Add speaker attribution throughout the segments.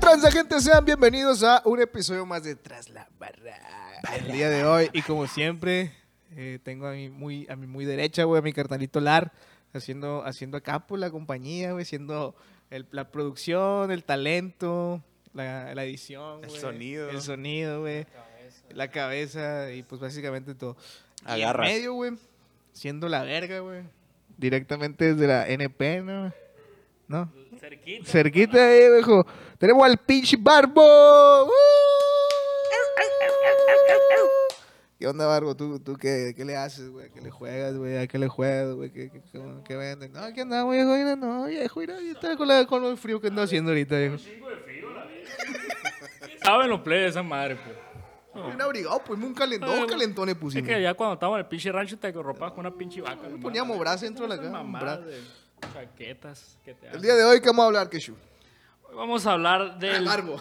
Speaker 1: tranza, gente? Sean bienvenidos a un episodio más de Tras la Barra. El día de hoy, y como siempre, eh, tengo a mi muy, a mi muy derecha, güey, a mi carnalito Lar, haciendo, haciendo acá por la compañía, güey, haciendo el- la producción, el talento, la, la edición,
Speaker 2: El
Speaker 1: güey,
Speaker 2: sonido.
Speaker 1: El sonido, güey. La cabeza y pues básicamente todo. Y en
Speaker 2: Agarras.
Speaker 1: medio, güey, siendo la verga, güey. Directamente desde la NP, ¿no? ¿No?
Speaker 3: Cerquita.
Speaker 1: Cerquita ahí, viejo. Tenemos al pinche Barbo. ¡Uh! ¿Qué onda, Barbo? ¿Tú, tú qué, qué le haces, güey? ¿Qué le juegas, güey? ¿A qué le juegas, güey? ¿Qué, qué, qué, qué venden? No, ¿qué andamos, viejo? Mira, no, viejo, mira, yo estaba con, la, con el frío que ando haciendo ahorita, viejo.
Speaker 3: Saben los plebes esa madre, pues.
Speaker 1: Un abrigado, pues, un calentón, calentón le
Speaker 3: Ah, Es
Speaker 1: pusimos.
Speaker 3: que allá cuando estábamos en el pinche rancho te ropabas con una pinche vaca. nomás.
Speaker 1: Poníamos brazos dentro de la cama.
Speaker 3: Mamadas
Speaker 1: bra-
Speaker 3: de chaquetas que te
Speaker 1: El
Speaker 3: hacen.
Speaker 1: día de hoy, ¿qué vamos a hablar, Keshu?
Speaker 3: Hoy Vamos a hablar del,
Speaker 1: Barbo.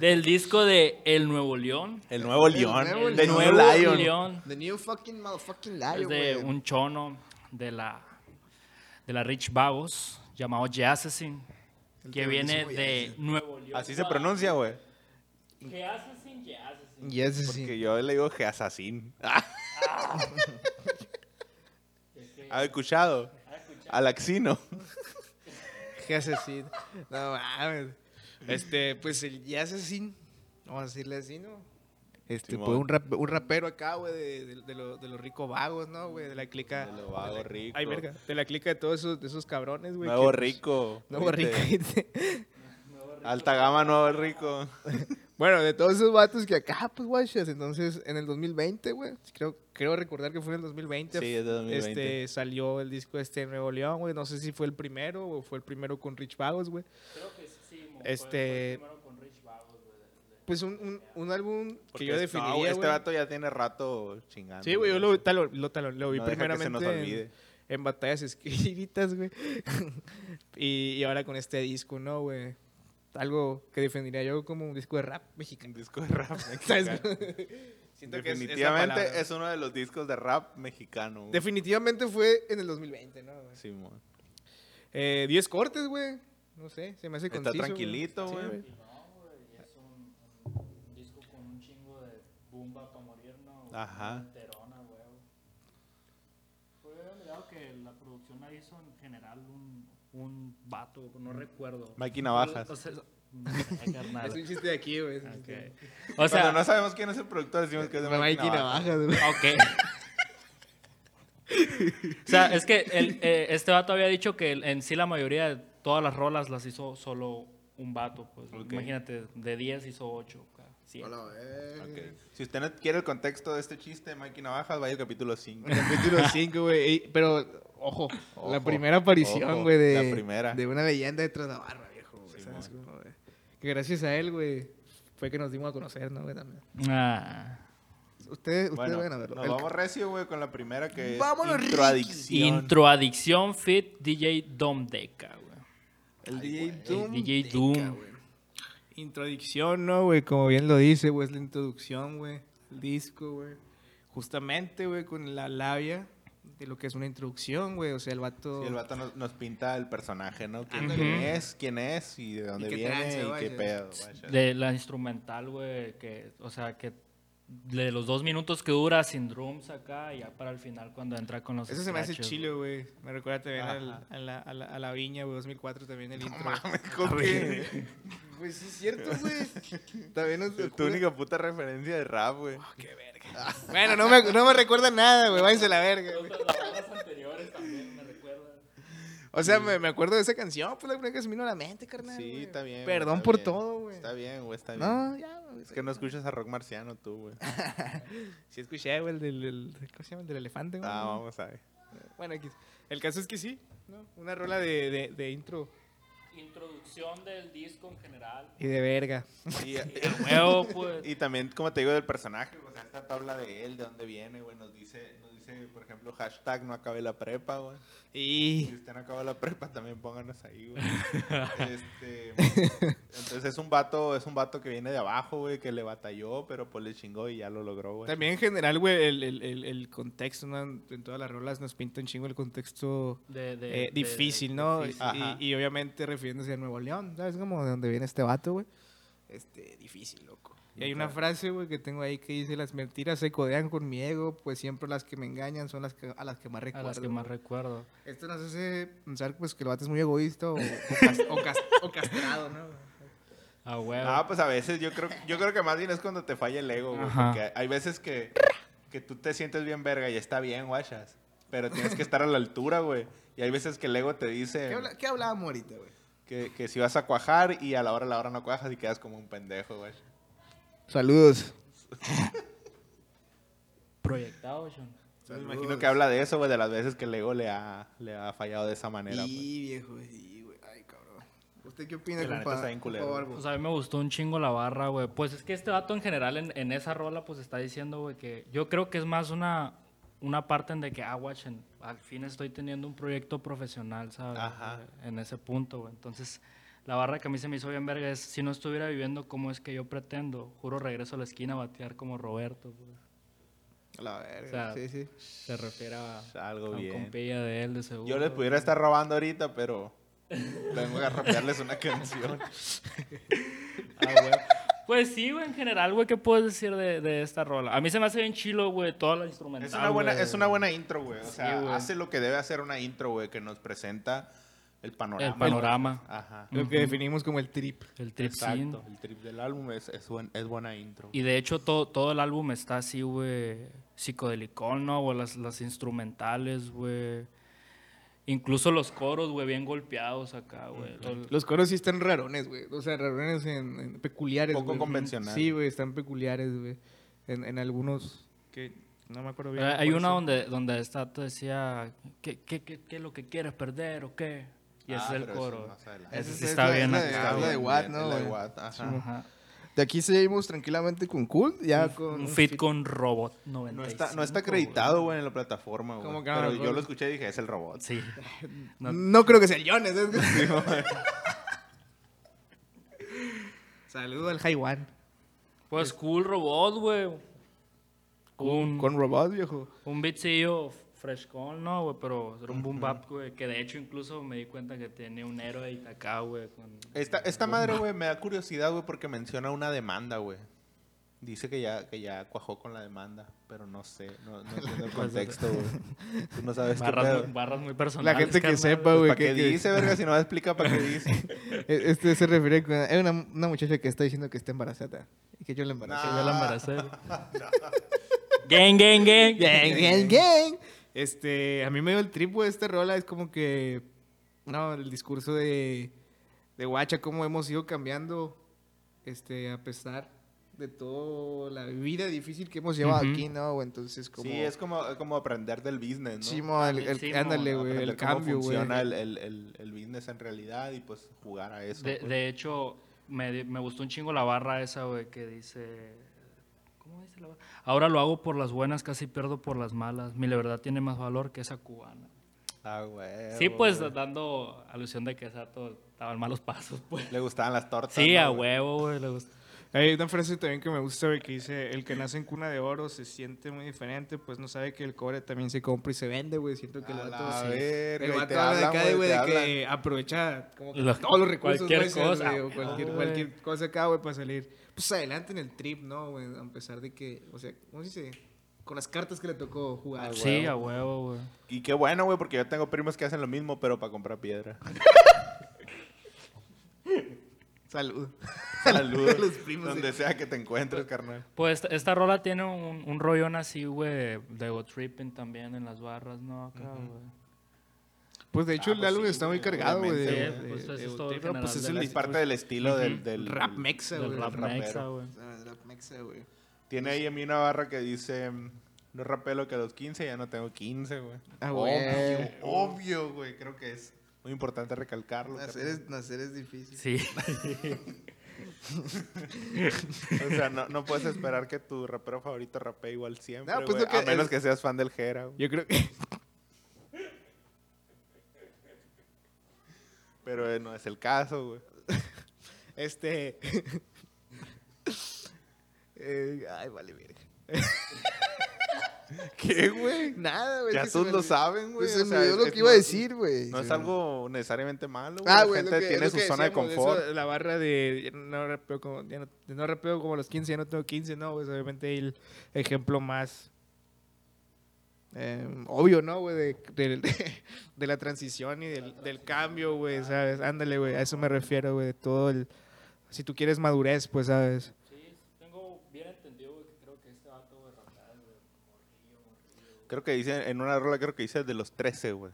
Speaker 3: del disco de El Nuevo León.
Speaker 2: El nuevo
Speaker 1: nuevo
Speaker 2: León.
Speaker 3: El
Speaker 2: The
Speaker 1: León.
Speaker 2: New Lion.
Speaker 3: León.
Speaker 1: The new fucking motherfucking liar,
Speaker 3: Es de
Speaker 1: güey.
Speaker 3: un chono de la, de la Rich Vagos llamado Jazzassin. Que viene
Speaker 1: tremendísimo
Speaker 3: de
Speaker 1: Jazzassin.
Speaker 3: Nuevo León.
Speaker 2: Así se pronuncia, güey.
Speaker 3: Jazzassin, Jazzassin.
Speaker 1: Yes, sí. Ah.
Speaker 2: Porque yo le digo que asesín. ¿Ha escuchado? Alaxino.
Speaker 1: Qué asesino. No mames. Este, pues el ya asesino. Vamos a decirle así, ¿no? Este,
Speaker 2: Simón.
Speaker 1: pues un, rap- un rapero acá, güey, de, de- de lo- de los ricos vagos, ¿no, güey? De la clica.
Speaker 2: De lo vago rico.
Speaker 1: Ay, verga. De la clica de todos esos, de esos cabrones, güey.
Speaker 2: Nuevo
Speaker 1: que, pues,
Speaker 2: rico. Este,
Speaker 1: Nuevo rico.
Speaker 2: Viste. Alta gama, nuevo rico.
Speaker 1: bueno, de todos esos vatos que acá, pues, guachas. Entonces, en el 2020, güey. Creo, creo recordar que fue en el 2020.
Speaker 2: Sí, es de 2020.
Speaker 1: Este, salió el disco este en Nuevo León, güey. No sé si fue el primero o fue el primero con Rich Vagos, güey.
Speaker 3: Creo que sí, mo,
Speaker 1: Este-
Speaker 3: fue el primero con Rich Vagos, güey.
Speaker 1: Pues un, un, un álbum
Speaker 2: Porque
Speaker 1: que yo
Speaker 2: es- no,
Speaker 1: definiría,
Speaker 2: güey, este
Speaker 1: güey.
Speaker 2: vato ya tiene rato chingando.
Speaker 1: Sí, güey, yo lo, talo- lo, talo- lo vi
Speaker 2: No deja que
Speaker 1: primeramente
Speaker 2: se nos
Speaker 1: en-
Speaker 2: olvide.
Speaker 1: En, batallas escritas, güey. y, y ahora con este disco, ¿no, güey? Algo que definiría yo como un disco de rap
Speaker 2: Un
Speaker 1: mexicano.
Speaker 2: disco de rap
Speaker 1: ¿Sabes?
Speaker 2: mexicano.
Speaker 1: Siento que es- es la
Speaker 2: Definitivamente
Speaker 1: palabra.
Speaker 2: es uno de los discos de rap mexicano. güey.
Speaker 1: Definitivamente fue en el 2020, ¿no? güey?
Speaker 2: Simón.
Speaker 1: Eh, 10 cortes, güey. No sé, se me hace
Speaker 2: Está
Speaker 1: conciso. güey.
Speaker 2: tranquilito,
Speaker 1: Sí,
Speaker 2: güey.
Speaker 3: Y es un, un disco con un chingo de bumba para morir, ¿no?
Speaker 2: Ajá.
Speaker 3: Enterona, huevo. Pues Fue olvidado que la producción la hizo en general un, un vato, no recuerdo.
Speaker 2: Mikey Navajas.
Speaker 3: O sea, no sé,
Speaker 1: Es
Speaker 3: carnal.
Speaker 1: un chiste de aquí, güey. es un chiste de
Speaker 3: Ah, Ok.
Speaker 1: aquí.
Speaker 3: O sea,
Speaker 2: Cuando no sabemos quién es el productor, decimos que es de
Speaker 1: Mamá
Speaker 2: Mikey
Speaker 1: Iki
Speaker 2: Navajas.
Speaker 1: Navajas, güey.
Speaker 3: Ok. o sea, es que el, eh, este vato había dicho que el- en sí la mayoría de todas las rolas las hizo solo un vato. Pues.
Speaker 2: Ok.
Speaker 3: Imagínate, de 10 hizo 8.
Speaker 1: Hola, güey.
Speaker 2: Ok. Eh, Si usted no quiere el contexto de este chiste de Mikey Navajas, vaya al capítulo 5.
Speaker 1: Capítulo 5, güey. Ey, Pero, ojo, la
Speaker 2: Ojo,
Speaker 1: primera aparición,
Speaker 2: ojo,
Speaker 1: güey, de,
Speaker 2: la primera.
Speaker 1: de una leyenda de Trasnavarra, viejo. güey, ¿sabes
Speaker 2: Simón.
Speaker 1: cómo, güey? Que gracias a él, güey, fue que nos dimos a conocer, ¿no, güey? También.
Speaker 3: Ah.
Speaker 1: Ustedes, ustedes
Speaker 2: Bueno,
Speaker 1: vayan a verlo.
Speaker 2: nos
Speaker 1: El-
Speaker 2: vamos recio, güey, con la primera que es
Speaker 1: Vámonos,
Speaker 2: introadicción.
Speaker 3: Introadicción Fit DJ Dom Deca. güey.
Speaker 1: el DJ
Speaker 3: El
Speaker 1: Doom.
Speaker 3: DJ Doom.
Speaker 1: Introducción, ¿no, güey? Como bien lo dice, güey, es la introducción, güey. El disco, güey. Justamente, güey, con la labia de lo que es una introducción, güey. O sea, el vato...
Speaker 2: Sí, el vato nos, nos pinta el personaje, ¿no? ¿Quién,
Speaker 1: Ándale.
Speaker 2: quién es? ¿Quién es? ¿Y de dónde
Speaker 1: qué
Speaker 2: viene?
Speaker 1: trance,
Speaker 2: ¿Y
Speaker 1: vaya.
Speaker 2: qué pedo? vaya.
Speaker 3: De la instrumental, güey, que, o sea, que de los dos minutos que dura sin drums acá, ya para el final cuando entra con los
Speaker 1: Eso se me hace
Speaker 3: scratches,
Speaker 1: chilo, güey. Me recuerda también al-
Speaker 2: Ajá.
Speaker 1: a, la, a, la, a la viña, güey, 2004 también el intro.
Speaker 2: ¿Con qué?
Speaker 1: Güey,
Speaker 2: Pues
Speaker 1: sí es cierto, güey. también nos
Speaker 2: Tu única puta referencia de rap, güey.
Speaker 1: Qué
Speaker 2: Ah.
Speaker 1: verga. Bueno, no me, no me recuerda nada, güey. Váyanse a la verga, güey.
Speaker 3: Las bandas anteriores también me recuerdan.
Speaker 1: O sea, me, me acuerdo de esa canción, pues la primera que se me vino a la mente, carnal.
Speaker 2: Sí,
Speaker 1: güey.
Speaker 2: está bien. güey,
Speaker 1: Perdón
Speaker 2: está
Speaker 1: por
Speaker 2: bien.
Speaker 1: todo, güey.
Speaker 2: Está bien, güey, está bien.
Speaker 1: No, Ah, ya, güey.
Speaker 2: Es que no escuchas a rock marciano tú, güey.
Speaker 1: Sí escuché, güey, el del, el- ¿cómo se llama? El del elefante, güey.
Speaker 2: Ah, vamos a ver.
Speaker 1: Bueno, aquí- el caso es que sí, ¿no? Una rola de, de, de intro
Speaker 3: Introducción del disco en general.
Speaker 1: y de verga.
Speaker 2: Y,
Speaker 3: Huevo, pues.
Speaker 2: y también, como te digo, del personaje, o sea, esta tabla de él, de dónde viene, güey, nos dice, nos dice dice, por ejemplo, hashtag no acabe la prepa, güey.
Speaker 1: Y
Speaker 2: Si usted no acabó la prepa, también pónganos ahí, güey. Este, entonces es un vato, es un vato que viene de abajo, güey, que le batalló, pero pues le chingó y ya lo logró, güey.
Speaker 1: también en general, güey, el, el- el- el contexto, ¿no? En todas las rolas nos pinta un chingo el contexto
Speaker 3: De, de-
Speaker 1: eh,
Speaker 3: de-
Speaker 1: difícil, ¿no?
Speaker 3: difícil.
Speaker 2: Ajá.
Speaker 1: Y, y obviamente refiriéndose a Nuevo León, ¿sabes? Como de donde viene este vato, güey. Este, difícil, loco. Y hay una frase, güey, que tengo ahí que dice, las mentiras se codean con mi ego, pues siempre las que me engañan son las que, a las que más
Speaker 3: A
Speaker 1: recuerdo.
Speaker 3: las que más recuerdo.
Speaker 1: Esto nos hace pensar, pues, que el vato es muy egoísta o, o cas- o cas- o castrado, ¿no?
Speaker 3: A huevo.
Speaker 1: Ah.
Speaker 2: No, pues a veces yo creo, yo creo que más bien es cuando te falla el ego, güey.
Speaker 3: Ajá.
Speaker 2: Porque hay- hay veces que, que tú te sientes bien verga y está bien, guachas. Pero tienes que estar a la altura, güey. Y hay veces que el ego te
Speaker 1: ¿Qué,
Speaker 2: dice
Speaker 1: habla- qué hablábamos ahorita, güey?
Speaker 2: que, que si vas a cuajar y a la hora, a la hora no cuajas y quedas como un pendejo, güey.
Speaker 1: Saludos.
Speaker 3: Proyectado, Sean.
Speaker 2: Me imagino que habla de eso, güey, de las veces que el ego le ha, le ha fallado de esa manera, pues.
Speaker 1: Y viejo, sí, güey. Ay, cabrón. ¿Usted qué opina,
Speaker 2: Que la neta
Speaker 1: compa-
Speaker 2: está bien culero.
Speaker 1: compa Barbo?
Speaker 3: Pues a mí me gustó un chingo la barra, güey. Pues es que este vato en general en, en esa rola pues está diciendo, güey, que yo creo que es más una, una parte en de que, ah, guachen, al fin estoy teniendo un proyecto profesional, ¿sabes?
Speaker 2: Ajá.
Speaker 3: En ese punto, güey. Entonces, la barra que a mí se me hizo bien verga es, si no estuviera viviendo como es que yo pretendo, juro regreso a la esquina a batear como Roberto, güey.
Speaker 1: La verga,
Speaker 3: O sea,
Speaker 1: sí, sí.
Speaker 3: Se refiere a,
Speaker 2: pues, Algo
Speaker 3: a un
Speaker 2: bien.
Speaker 3: compilla de él, de seguro.
Speaker 2: Yo les pudiera estar robando ahorita, pero tengo que rapearles una canción.
Speaker 3: Ah, güey. Pues sí, güey, en general, güey, ¿qué puedes decir de, de esta rola? A mí se me hace bien chilo, güey, toda la instrumental.
Speaker 2: Es una buena,
Speaker 3: güey.
Speaker 2: es una buena intro, güey. O
Speaker 3: Sí,
Speaker 2: sea,
Speaker 3: güey.
Speaker 2: hace lo que debe hacer una intro, güey, que nos presenta el panorama.
Speaker 3: El panorama.
Speaker 2: Ajá.
Speaker 1: Lo que definimos como el trip.
Speaker 3: El trip
Speaker 2: Exacto. El trip del álbum es, es, buen- es buena intro.
Speaker 3: Y de hecho todo, todo el álbum está así, güey, psicodelicón, ¿no? güey? las, las instrumentales, güey. Incluso los coros, güey, bien golpeados acá, güey. Los-
Speaker 1: Los coros sí están rarones, güey. O sea, rarones en, en peculiares.
Speaker 2: Poco
Speaker 1: güey.
Speaker 2: convencional.
Speaker 1: Sí, güey, están peculiares, güey. En, en algunos que no me acuerdo bien.
Speaker 3: Ah, Hay
Speaker 1: cuáles
Speaker 3: una
Speaker 1: son.
Speaker 3: donde, donde está, te decía, ¿qué, qué, qué, qué es lo que quieres perder o qué? Y
Speaker 2: Ah,
Speaker 3: ese es el
Speaker 2: pero eso
Speaker 3: coro.
Speaker 2: más
Speaker 3: güey.
Speaker 2: adelante.
Speaker 3: Ese
Speaker 1: Esa
Speaker 3: sí
Speaker 1: es
Speaker 3: está
Speaker 1: la-
Speaker 3: bien
Speaker 1: la de-
Speaker 3: acá,
Speaker 1: habla
Speaker 3: güey.
Speaker 1: de-
Speaker 2: bien,
Speaker 1: Watt,
Speaker 2: es
Speaker 1: ¿no,
Speaker 2: La Ah, de
Speaker 1: güey?
Speaker 2: Watt, ajá.
Speaker 3: Ajá.
Speaker 1: De aquí seguimos tranquilamente con Cool, ya con...
Speaker 3: Un fit con robot 90.
Speaker 2: No está, no está acreditado, güey, en la plataforma, güey.
Speaker 1: Como que no me
Speaker 2: Pero
Speaker 1: acuerdo.
Speaker 2: yo lo escuché y dije, es el robot.
Speaker 3: Sí.
Speaker 1: No, creo que sea Jones. Saludo al Haiwan.
Speaker 3: Pues cool robot, güey. Un-
Speaker 1: Con robot, viejo.
Speaker 3: Un beatcillo frescón, ¿no, güey? Pero era un boom bap, güey. Que de hecho incluso me di cuenta que tiene un héroe de Itacá, güey. con-
Speaker 2: Esta, esta madre, güey, me da curiosidad, güey, porque menciona una demanda, güey. Dice que ya, que ya cuajó con la demanda, pero no sé, no, no entiendo el contexto, güey. Tú no sabes qué
Speaker 3: barras,
Speaker 2: pedo.
Speaker 3: muy, barras muy personales.
Speaker 1: La gente que
Speaker 3: carnal.
Speaker 1: sepa,
Speaker 2: Pues,
Speaker 1: güey.
Speaker 2: ¿Para
Speaker 1: que-
Speaker 2: qué
Speaker 1: que-
Speaker 2: dice, verga? Si no me explica, ¿para qué dice?
Speaker 1: e- Este se refiere con... Es una, una muchacha que está diciendo que está embarazada. Y que yo la embaracé.
Speaker 3: Que yo la embaracé. Gang, gang, gang.
Speaker 1: Gang, gang, gang. Este, a mí me dio el trip, güey, esta rola. Es como que, no, el discurso de, de Guacha, cómo hemos ido cambiando, este, a pesar de toda la vida difícil que hemos llevado
Speaker 3: Ujú.
Speaker 1: aquí, ¿no? güey? Entonces, como...
Speaker 2: Sí, es como, como aprender del business, ¿no?
Speaker 1: Simón, el- el-
Speaker 3: Sí,
Speaker 1: ándale,
Speaker 2: Aprender
Speaker 1: güey, el
Speaker 2: cómo
Speaker 1: cambio, güey.
Speaker 2: funciona el, el, el, el business en realidad y pues jugar a eso.
Speaker 3: De,
Speaker 2: pues.
Speaker 3: de hecho, me, di- me gustó un chingo la barra esa, güey, que dice... ¿Cómo dice la barra? Ahora lo hago por las buenas, casi pierdo por las malas. Mi verdad tiene más valor que esa cubana.
Speaker 2: Ah, güey.
Speaker 3: Sí, pues
Speaker 2: güey.
Speaker 3: dando alusión de que esa todo estaban malos pasos, pues.
Speaker 2: Le gustaban las tortas.
Speaker 3: Sí,
Speaker 2: ¿no,
Speaker 3: a
Speaker 2: güey?
Speaker 3: huevo, güey. le gusta.
Speaker 1: Hay una frase también que me gusta, güey, que dice, el que nace en cuna de oro se siente muy diferente, pues no sabe que el cobre también se compra y se vende, güey. Siento que
Speaker 2: A
Speaker 1: el
Speaker 2: la
Speaker 1: vato... sí.
Speaker 2: verga,
Speaker 1: El
Speaker 2: y te
Speaker 1: vato habla de
Speaker 2: hablan,
Speaker 1: acá,
Speaker 2: güey,
Speaker 1: güey,
Speaker 2: te
Speaker 1: de
Speaker 2: hablan.
Speaker 1: que aprovecha como que
Speaker 3: Los-
Speaker 1: todos los recursos.
Speaker 3: cualquier
Speaker 1: güey, se-
Speaker 3: cosa.
Speaker 1: güey, o cualquier,
Speaker 3: Ah,
Speaker 1: cualquier
Speaker 3: güey.
Speaker 1: cosa acá, güey, para salir. Pues adelante en el trip, ¿no, güey? A pesar de que, o sea, ¿cómo se dice? Con las cartas que le tocó jugar. güey.
Speaker 3: Sí, a huevo, Ah, güey.
Speaker 2: Y qué bueno, güey, porque yo tengo primos que hacen lo mismo, pero para comprar piedra.
Speaker 1: Salud.
Speaker 2: Saludos.
Speaker 1: Los primos,
Speaker 2: Donde
Speaker 1: eh.
Speaker 2: sea que te encuentres, carnal.
Speaker 3: Pues esta, esta rola tiene un, un rollón así, güey, de go tripping también en las barras, ¿no? Acá, güey.
Speaker 1: Pues de hecho
Speaker 2: Ah,
Speaker 1: el
Speaker 2: pues
Speaker 1: álbum
Speaker 2: sí,
Speaker 1: está muy
Speaker 2: güey,
Speaker 1: cargado, güey.
Speaker 2: obviamente,
Speaker 1: de-
Speaker 3: güey.
Speaker 1: de-
Speaker 3: Pues eso
Speaker 1: de
Speaker 3: es todo
Speaker 1: Botero,
Speaker 3: general
Speaker 1: pues es
Speaker 3: de
Speaker 1: el
Speaker 3: la-
Speaker 2: Es parte del estilo del, del-
Speaker 1: rap mexa,
Speaker 3: Del
Speaker 1: güey.
Speaker 3: rap
Speaker 1: Rap
Speaker 2: rapero.
Speaker 3: mexa, güey.
Speaker 1: rap mexa, güey.
Speaker 2: Tiene ahí a mí una barra que dice, mm, no rapé lo que a los 15, ya no tengo 15, güey.
Speaker 1: Ah, güey.
Speaker 2: obvio, obvio, güey,
Speaker 1: Ah,
Speaker 2: creo que es muy importante recalcarlo. carnal.
Speaker 1: Nacer es, nacer es difícil.
Speaker 3: Sí.
Speaker 2: O sea, no, no puedes esperar que tu rapero favorito rapee igual siempre,
Speaker 1: No, pues
Speaker 2: güey,
Speaker 1: lo que-
Speaker 2: a menos que seas fan del Jera, güey.
Speaker 1: Yo creo que.
Speaker 2: Pero eh, no es el caso, güey.
Speaker 1: Este. Eh, ay, vale, verga.
Speaker 2: ¿Qué, güey?
Speaker 1: Nada, güey. Pues es
Speaker 2: Ya
Speaker 1: que se
Speaker 2: todos
Speaker 1: me
Speaker 2: lo
Speaker 1: olvidó.
Speaker 2: saben, güey.
Speaker 1: Se
Speaker 2: o
Speaker 1: me
Speaker 2: sea,
Speaker 1: olvidó
Speaker 2: es-
Speaker 1: lo
Speaker 2: es-
Speaker 1: que iba a
Speaker 2: no-
Speaker 1: decamente decir, güey.
Speaker 2: No
Speaker 1: Se
Speaker 2: es
Speaker 1: me-
Speaker 2: algo necesariamente malo, güey.
Speaker 1: Ah,
Speaker 2: la
Speaker 1: güey, lo
Speaker 2: gente
Speaker 1: que-
Speaker 2: tiene
Speaker 1: lo
Speaker 2: su
Speaker 1: que
Speaker 2: zona de
Speaker 1: decíamos,
Speaker 2: confort.
Speaker 1: eso, la barra de ya no rapeo como, ya no, ya no rapeo como a los 15, ya no tengo 15, no, güey. es Obviamente el ejemplo más eh, obvio, ¿no, güey? De, del- de la transición y del, del cambio, güey, ¿sabes? Ándale, güey, a eso me refiero, güey, de todo el... Si tú quieres madurez, pues, ¿sabes?
Speaker 3: Sí, tengo bien entendido, güey, que creo que este vato, güey, rapea, güey, morrillo, morrillo.
Speaker 2: Creo que dice, en una rola creo que dice de los 13, güey.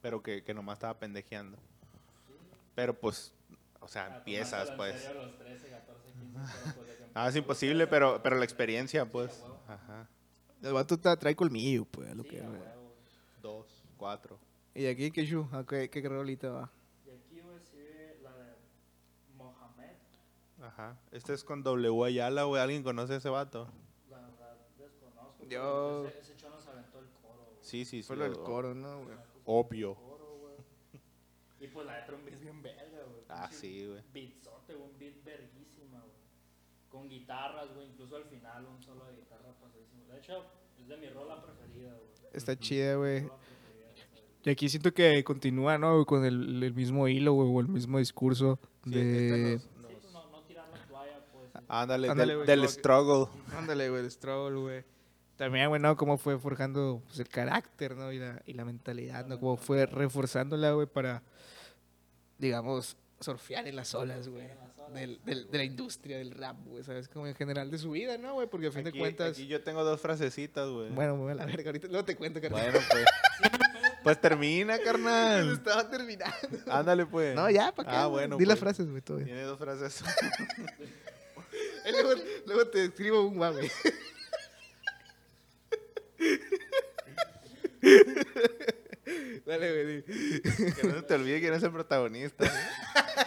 Speaker 2: Pero que, que nomás estaba pendejeando. Pero pues, o sea, empiezas, pues.
Speaker 3: A los 13, 14, 15, pero pues, de que
Speaker 2: Ah, es imposible, pero, pero la experiencia, pues. Ajá.
Speaker 1: El vato ta- trae colmillo, pues, a lo
Speaker 3: Sí,
Speaker 1: que...
Speaker 3: a
Speaker 1: güey.
Speaker 3: huevo.
Speaker 2: Dos, cuatro.
Speaker 1: Y aquí, ¿qué show? ¿A qué, qué rolita va?
Speaker 3: Y aquí, güey, sigue la de Mohamed.
Speaker 2: Ajá. Este es con W Ayala, güey. ¿Alguien conoce a ese vato?
Speaker 3: La verdad, desconozco. pero
Speaker 1: Yo-
Speaker 3: Ese, ese chon nos aventó el coro, güey.
Speaker 2: Sí, sí, sí.
Speaker 1: Fue lo del
Speaker 2: o-
Speaker 1: coro, ¿no, güey?
Speaker 2: Obvio.
Speaker 3: Coro, güey. Y pues la de Trump es bien verga, güey.
Speaker 2: Ah, sí, güey.
Speaker 3: Beatsote, güey, un beat verguísima, güey. Con guitarras, güey, incluso al final un solo de guitarra pasadísimo. De hecho, es de mi rola preferida, güey.
Speaker 1: Está chida, güey.
Speaker 3: Rola preferida, ¿sabes?
Speaker 1: Y aquí siento que continúa, ¿no? Con el, el mismo hilo, güey, o el mismo discurso
Speaker 2: Sí,
Speaker 1: de...
Speaker 2: este nos-
Speaker 3: Sí,
Speaker 2: nos-
Speaker 3: pues no, no tirar la toalla, pues.
Speaker 2: Ándale,
Speaker 1: Ándale,
Speaker 2: del,
Speaker 1: güey,
Speaker 2: del
Speaker 1: como que-
Speaker 2: struggle.
Speaker 1: Ándale, güey, el Stroll, güey. También, güey, ¿no? Cómo fue forjando pues, el carácter, ¿no? Y la, y la mentalidad, ¿no? Cómo fue reforzándola, güey, para, digamos, surfear en las olas, güey. Del, del- de la industria del rap, güey, ¿sabes? Como en general de su vida, ¿no, güey? Porque a fin
Speaker 2: Aquí,
Speaker 1: de cuentas...
Speaker 2: aquí yo tengo dos frasecitas, güey.
Speaker 1: Bueno, me voy a la verga ahorita. Luego te cuento, carnal.
Speaker 2: Bueno, pues. pues termina,
Speaker 1: Lo
Speaker 2: carnal.
Speaker 1: Estaba terminando.
Speaker 2: Ándale, pues.
Speaker 1: No, ya, ¿para qué?
Speaker 2: Ah,
Speaker 1: güey?
Speaker 2: bueno.
Speaker 1: Di las
Speaker 2: pues.
Speaker 1: frases, güey, todo bien.
Speaker 2: Tiene dos frases.
Speaker 1: Eh, Luego, luego te escribo un guau, güey. Dale, güey. di.
Speaker 2: que no se te olvide quién es el protagonista. ¿eh?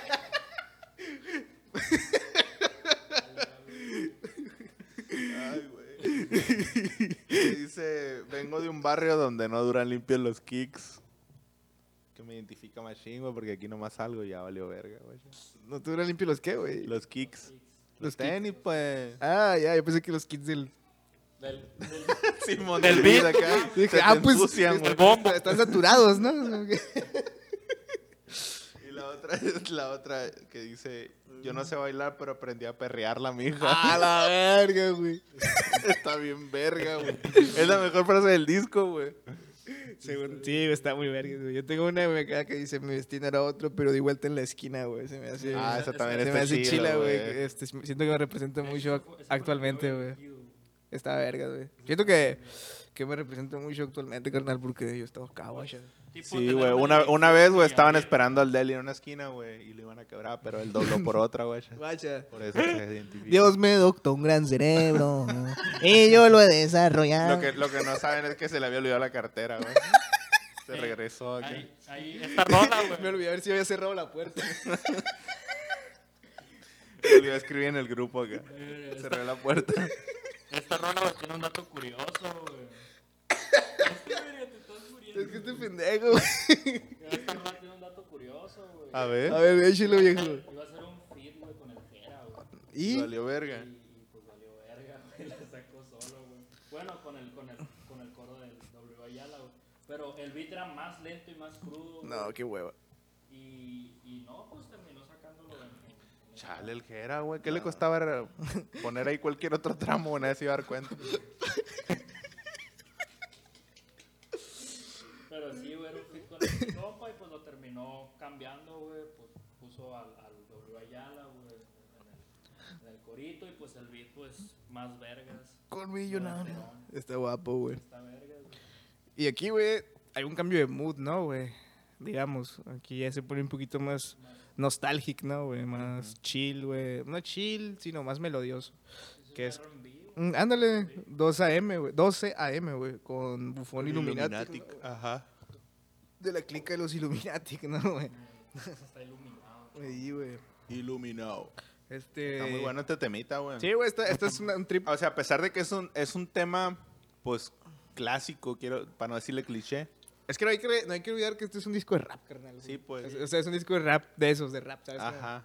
Speaker 2: Ay, güey. Que Dice, vengo de un barrio donde no duran limpios los kicks. Que me identifica más chingo porque aquí nomás salgo y ya valió verga, güey.
Speaker 1: ¿No te duran limpios los qué, güey?
Speaker 2: Los kicks. Los,
Speaker 1: Los kicks.
Speaker 2: tenis, pues.
Speaker 1: Ah, ya, yo pensé que los kids del...
Speaker 3: Del, del,
Speaker 2: Simón,
Speaker 3: Del
Speaker 2: del
Speaker 3: beat.
Speaker 2: acá.
Speaker 1: Yo dije,
Speaker 2: se
Speaker 1: ah,
Speaker 2: te
Speaker 1: pues,
Speaker 2: ensucian,
Speaker 1: están,
Speaker 2: güey.
Speaker 1: están- están saturados, ¿no? Como que-
Speaker 2: Y la otra es la otra que dice, yo no sé bailar, pero aprendí a perrear la mija.
Speaker 1: ah, la verga, güey.
Speaker 2: Está bien verga, güey. Es la mejor frase del disco, güey.
Speaker 1: Según- sí, güey, está muy verga, güey. Yo tengo una güey, acá que dice, mi destino era otro, pero di vuelta en la esquina, güey. Se me hace...
Speaker 2: Ah, esa
Speaker 3: esa-
Speaker 2: también
Speaker 1: se me
Speaker 2: está
Speaker 1: hace chila,
Speaker 2: chila,
Speaker 1: güey.
Speaker 2: güey.
Speaker 1: Este, siento que me representa mucho
Speaker 3: esa fue- esa fue
Speaker 1: actualmente,
Speaker 3: la que
Speaker 1: güey.
Speaker 3: yo vi,
Speaker 1: Está verga, güey. Siento que, que me representa mucho actualmente, carnal, porque yo estaba acá, güey.
Speaker 3: Tipo,
Speaker 2: Sí,
Speaker 3: tener
Speaker 2: güey.
Speaker 3: una
Speaker 2: Una,
Speaker 3: dirección
Speaker 2: una vez, güey,
Speaker 3: y
Speaker 2: estaban
Speaker 3: abrir-
Speaker 2: esperando al Deli en una esquina, güey, y lo iban a quebrar, pero él dobló por otra, güey.
Speaker 1: Guacha.
Speaker 2: Por eso se identifica.
Speaker 1: Dios me doctó un gran cerebro y yo lo he desarrollado.
Speaker 2: Lo que, lo que no saben es que se le había olvidado la cartera, güey. Se
Speaker 3: Sí.
Speaker 2: regresó acá.
Speaker 3: Ahí, ahí, esta rola,
Speaker 1: Me
Speaker 3: güey.
Speaker 1: olvidé a ver si había cerrado la puerta.
Speaker 2: Se olvidó escribir en el grupo acá.
Speaker 3: Eh, esta-
Speaker 2: Cerró la puerta.
Speaker 3: Esta rola, güey, tiene un dato curioso, güey. Este, güey, te estás muriendo,
Speaker 1: Es que este pendejo, güey.
Speaker 3: güey. Esta rola tiene un dato curioso, güey.
Speaker 2: A ver.
Speaker 1: A ver, échelo, viejo.
Speaker 3: Iba a hacer un feed, güey, con el Jera, güey.
Speaker 1: Y
Speaker 2: Valió verga.
Speaker 3: Y pues valió verga, güey, la sacó solo, güey. Bueno, con el, con el, con el coro del W Ayala, güey. Pero el beat era más lento y más crudo. güey.
Speaker 1: no, qué hueva.
Speaker 3: Y, y no, pues terminó sacándolo en- en- en-
Speaker 2: Chale, el que era, güey. ¿Qué le costaba re- poner ahí cualquier otro tramo? güey? Nadie se iba a dar cuenta.
Speaker 3: Pero sí, güey, era un fit con el compa y pues lo terminó cambiando, güey. Pues puso al, al W Ayala, güey, en el, en el corito y pues el beat, pues, más vergas.
Speaker 1: Colmillo, no. Está guapo, güey.
Speaker 3: Está vergas, güey.
Speaker 1: Y aquí, güey, hay un cambio de mood, ¿no, güey? Digamos, aquí ya se pone un poquito más nostálgico, ¿no, güey? Más chill, güey. No chill, sino más melodioso. Que es...
Speaker 3: R&B, güey.
Speaker 1: Mm, Ándale, 2 AM, güey. 12 AM, güey. Con Bufón Illuminati. ¿no, güey?
Speaker 2: Ajá.
Speaker 1: De la clica de los Illuminati, ¿no, güey?
Speaker 3: Está iluminado.
Speaker 1: Ahí, güey.
Speaker 2: Iluminado.
Speaker 1: Este...
Speaker 2: Está muy bueno este temita, güey.
Speaker 1: Sí, güey, esta, esta es una- un trip.
Speaker 2: O sea, a pesar de que es un, es un tema, pues, clásico, quiero, para no decirle cliché.
Speaker 1: Es que no hay que, no hay que olvidar que este es un disco de rap, carnal.
Speaker 2: Sí, pues.
Speaker 1: Es- o sea, es un disco de rap de esos, de rap, ¿sabes?
Speaker 2: Ajá.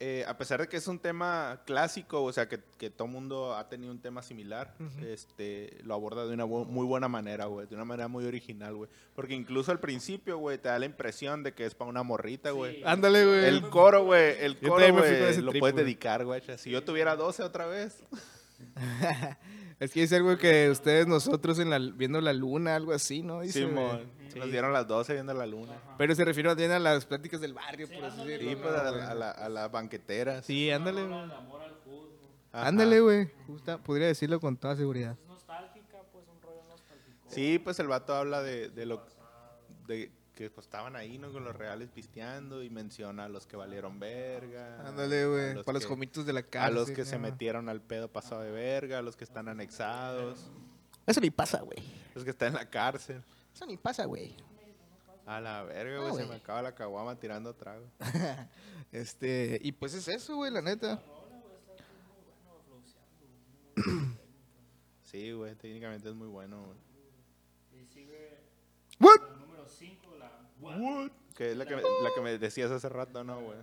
Speaker 2: Eh, a pesar de que es un tema clásico, o sea, que, que todo mundo ha tenido un tema similar, este, lo aborda de una bu- muy buena manera, güey, de una manera muy original, güey. Porque incluso al principio, güey, te da la impresión de que es para una morrita, güey.
Speaker 1: Ándale, güey.
Speaker 2: El coro, güey, el
Speaker 1: Yo
Speaker 2: coro,
Speaker 1: también me fui con
Speaker 2: güey,
Speaker 1: ese
Speaker 2: lo
Speaker 1: trip,
Speaker 2: puedes
Speaker 1: güey.
Speaker 2: dedicar, güey. Si yo tuviera 12 otra vez.
Speaker 1: Es que dice algo que ustedes, nosotros, en la, viendo la luna, algo así, ¿no? Dice,
Speaker 2: Simón,
Speaker 1: güey.
Speaker 2: nos dieron las 12 viendo la luna.
Speaker 1: Pero se refiere también a las pláticas del barrio, por así decirlo.
Speaker 2: Sí,
Speaker 1: ¿no,
Speaker 2: pues a
Speaker 1: güey?
Speaker 2: la, a la- a la banquetera. sí.
Speaker 1: Sí, ándale, güey.
Speaker 3: El amor al fútbol.
Speaker 2: Ajá.
Speaker 1: Ándale, güey. Justa, podría decirlo con toda seguridad.
Speaker 3: Es nostálgica, pues un rollo nostálgico.
Speaker 2: Sí, pues el vato habla de, de lo de que pues, estaban ahí, ¿no? Con los reales pisteando y menciona a los que valieron verga.
Speaker 1: Ándale,
Speaker 2: a
Speaker 1: güey. Para los
Speaker 2: que-
Speaker 1: comitos de la
Speaker 2: A
Speaker 1: cárcel.
Speaker 2: los que se
Speaker 1: ¿no?
Speaker 2: metieron al pedo pasado de verga, a los que están anexados,
Speaker 1: Eso ni pasa, güey.
Speaker 2: los que están en la cárcel.
Speaker 1: Eso ni pasa, güey.
Speaker 2: A la verga,
Speaker 1: Ah,
Speaker 2: güey, se me acaba la caguama tirando trago.
Speaker 1: Este, y pues es eso, güey, la neta.
Speaker 2: Sí, güey, técnicamente es muy bueno, güey.
Speaker 3: Y sigue
Speaker 1: What?
Speaker 3: el número 5, la
Speaker 2: Que es la que, me- la que me decías hace rato, ¿no, güey?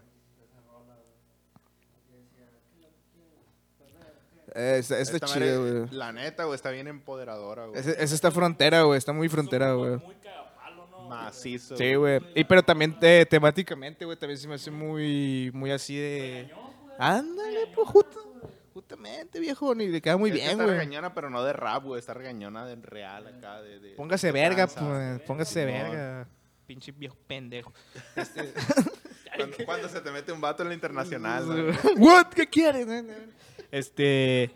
Speaker 1: Eh, está, está
Speaker 2: Esta madre,
Speaker 1: chido, güey.
Speaker 2: La neta, güey, está bien empoderadora, güey.
Speaker 1: Es, es esta frontera, güey. Está muy frontera, güey.
Speaker 3: muy cagapalo, ¿no?
Speaker 2: Macizo.
Speaker 1: Sí, güey. Y pero también te- temáticamente, güey, también se me hace muy, muy así de. Ándale, pues, justo- justamente, viejo. Y le queda muy
Speaker 2: Es que
Speaker 1: bien,
Speaker 2: está
Speaker 1: güey.
Speaker 2: regañona, pero no de rap, güey. Está regañona de real acá. De, de-
Speaker 1: Póngase
Speaker 2: de
Speaker 1: verga,
Speaker 2: tranza.
Speaker 1: pues. Póngase
Speaker 2: Simón.
Speaker 1: verga. Pinche viejo pendejo.
Speaker 2: Cuando, cuando se te mete un vato en la internacional. ¿no?
Speaker 1: What? ¿Qué quieres? Este.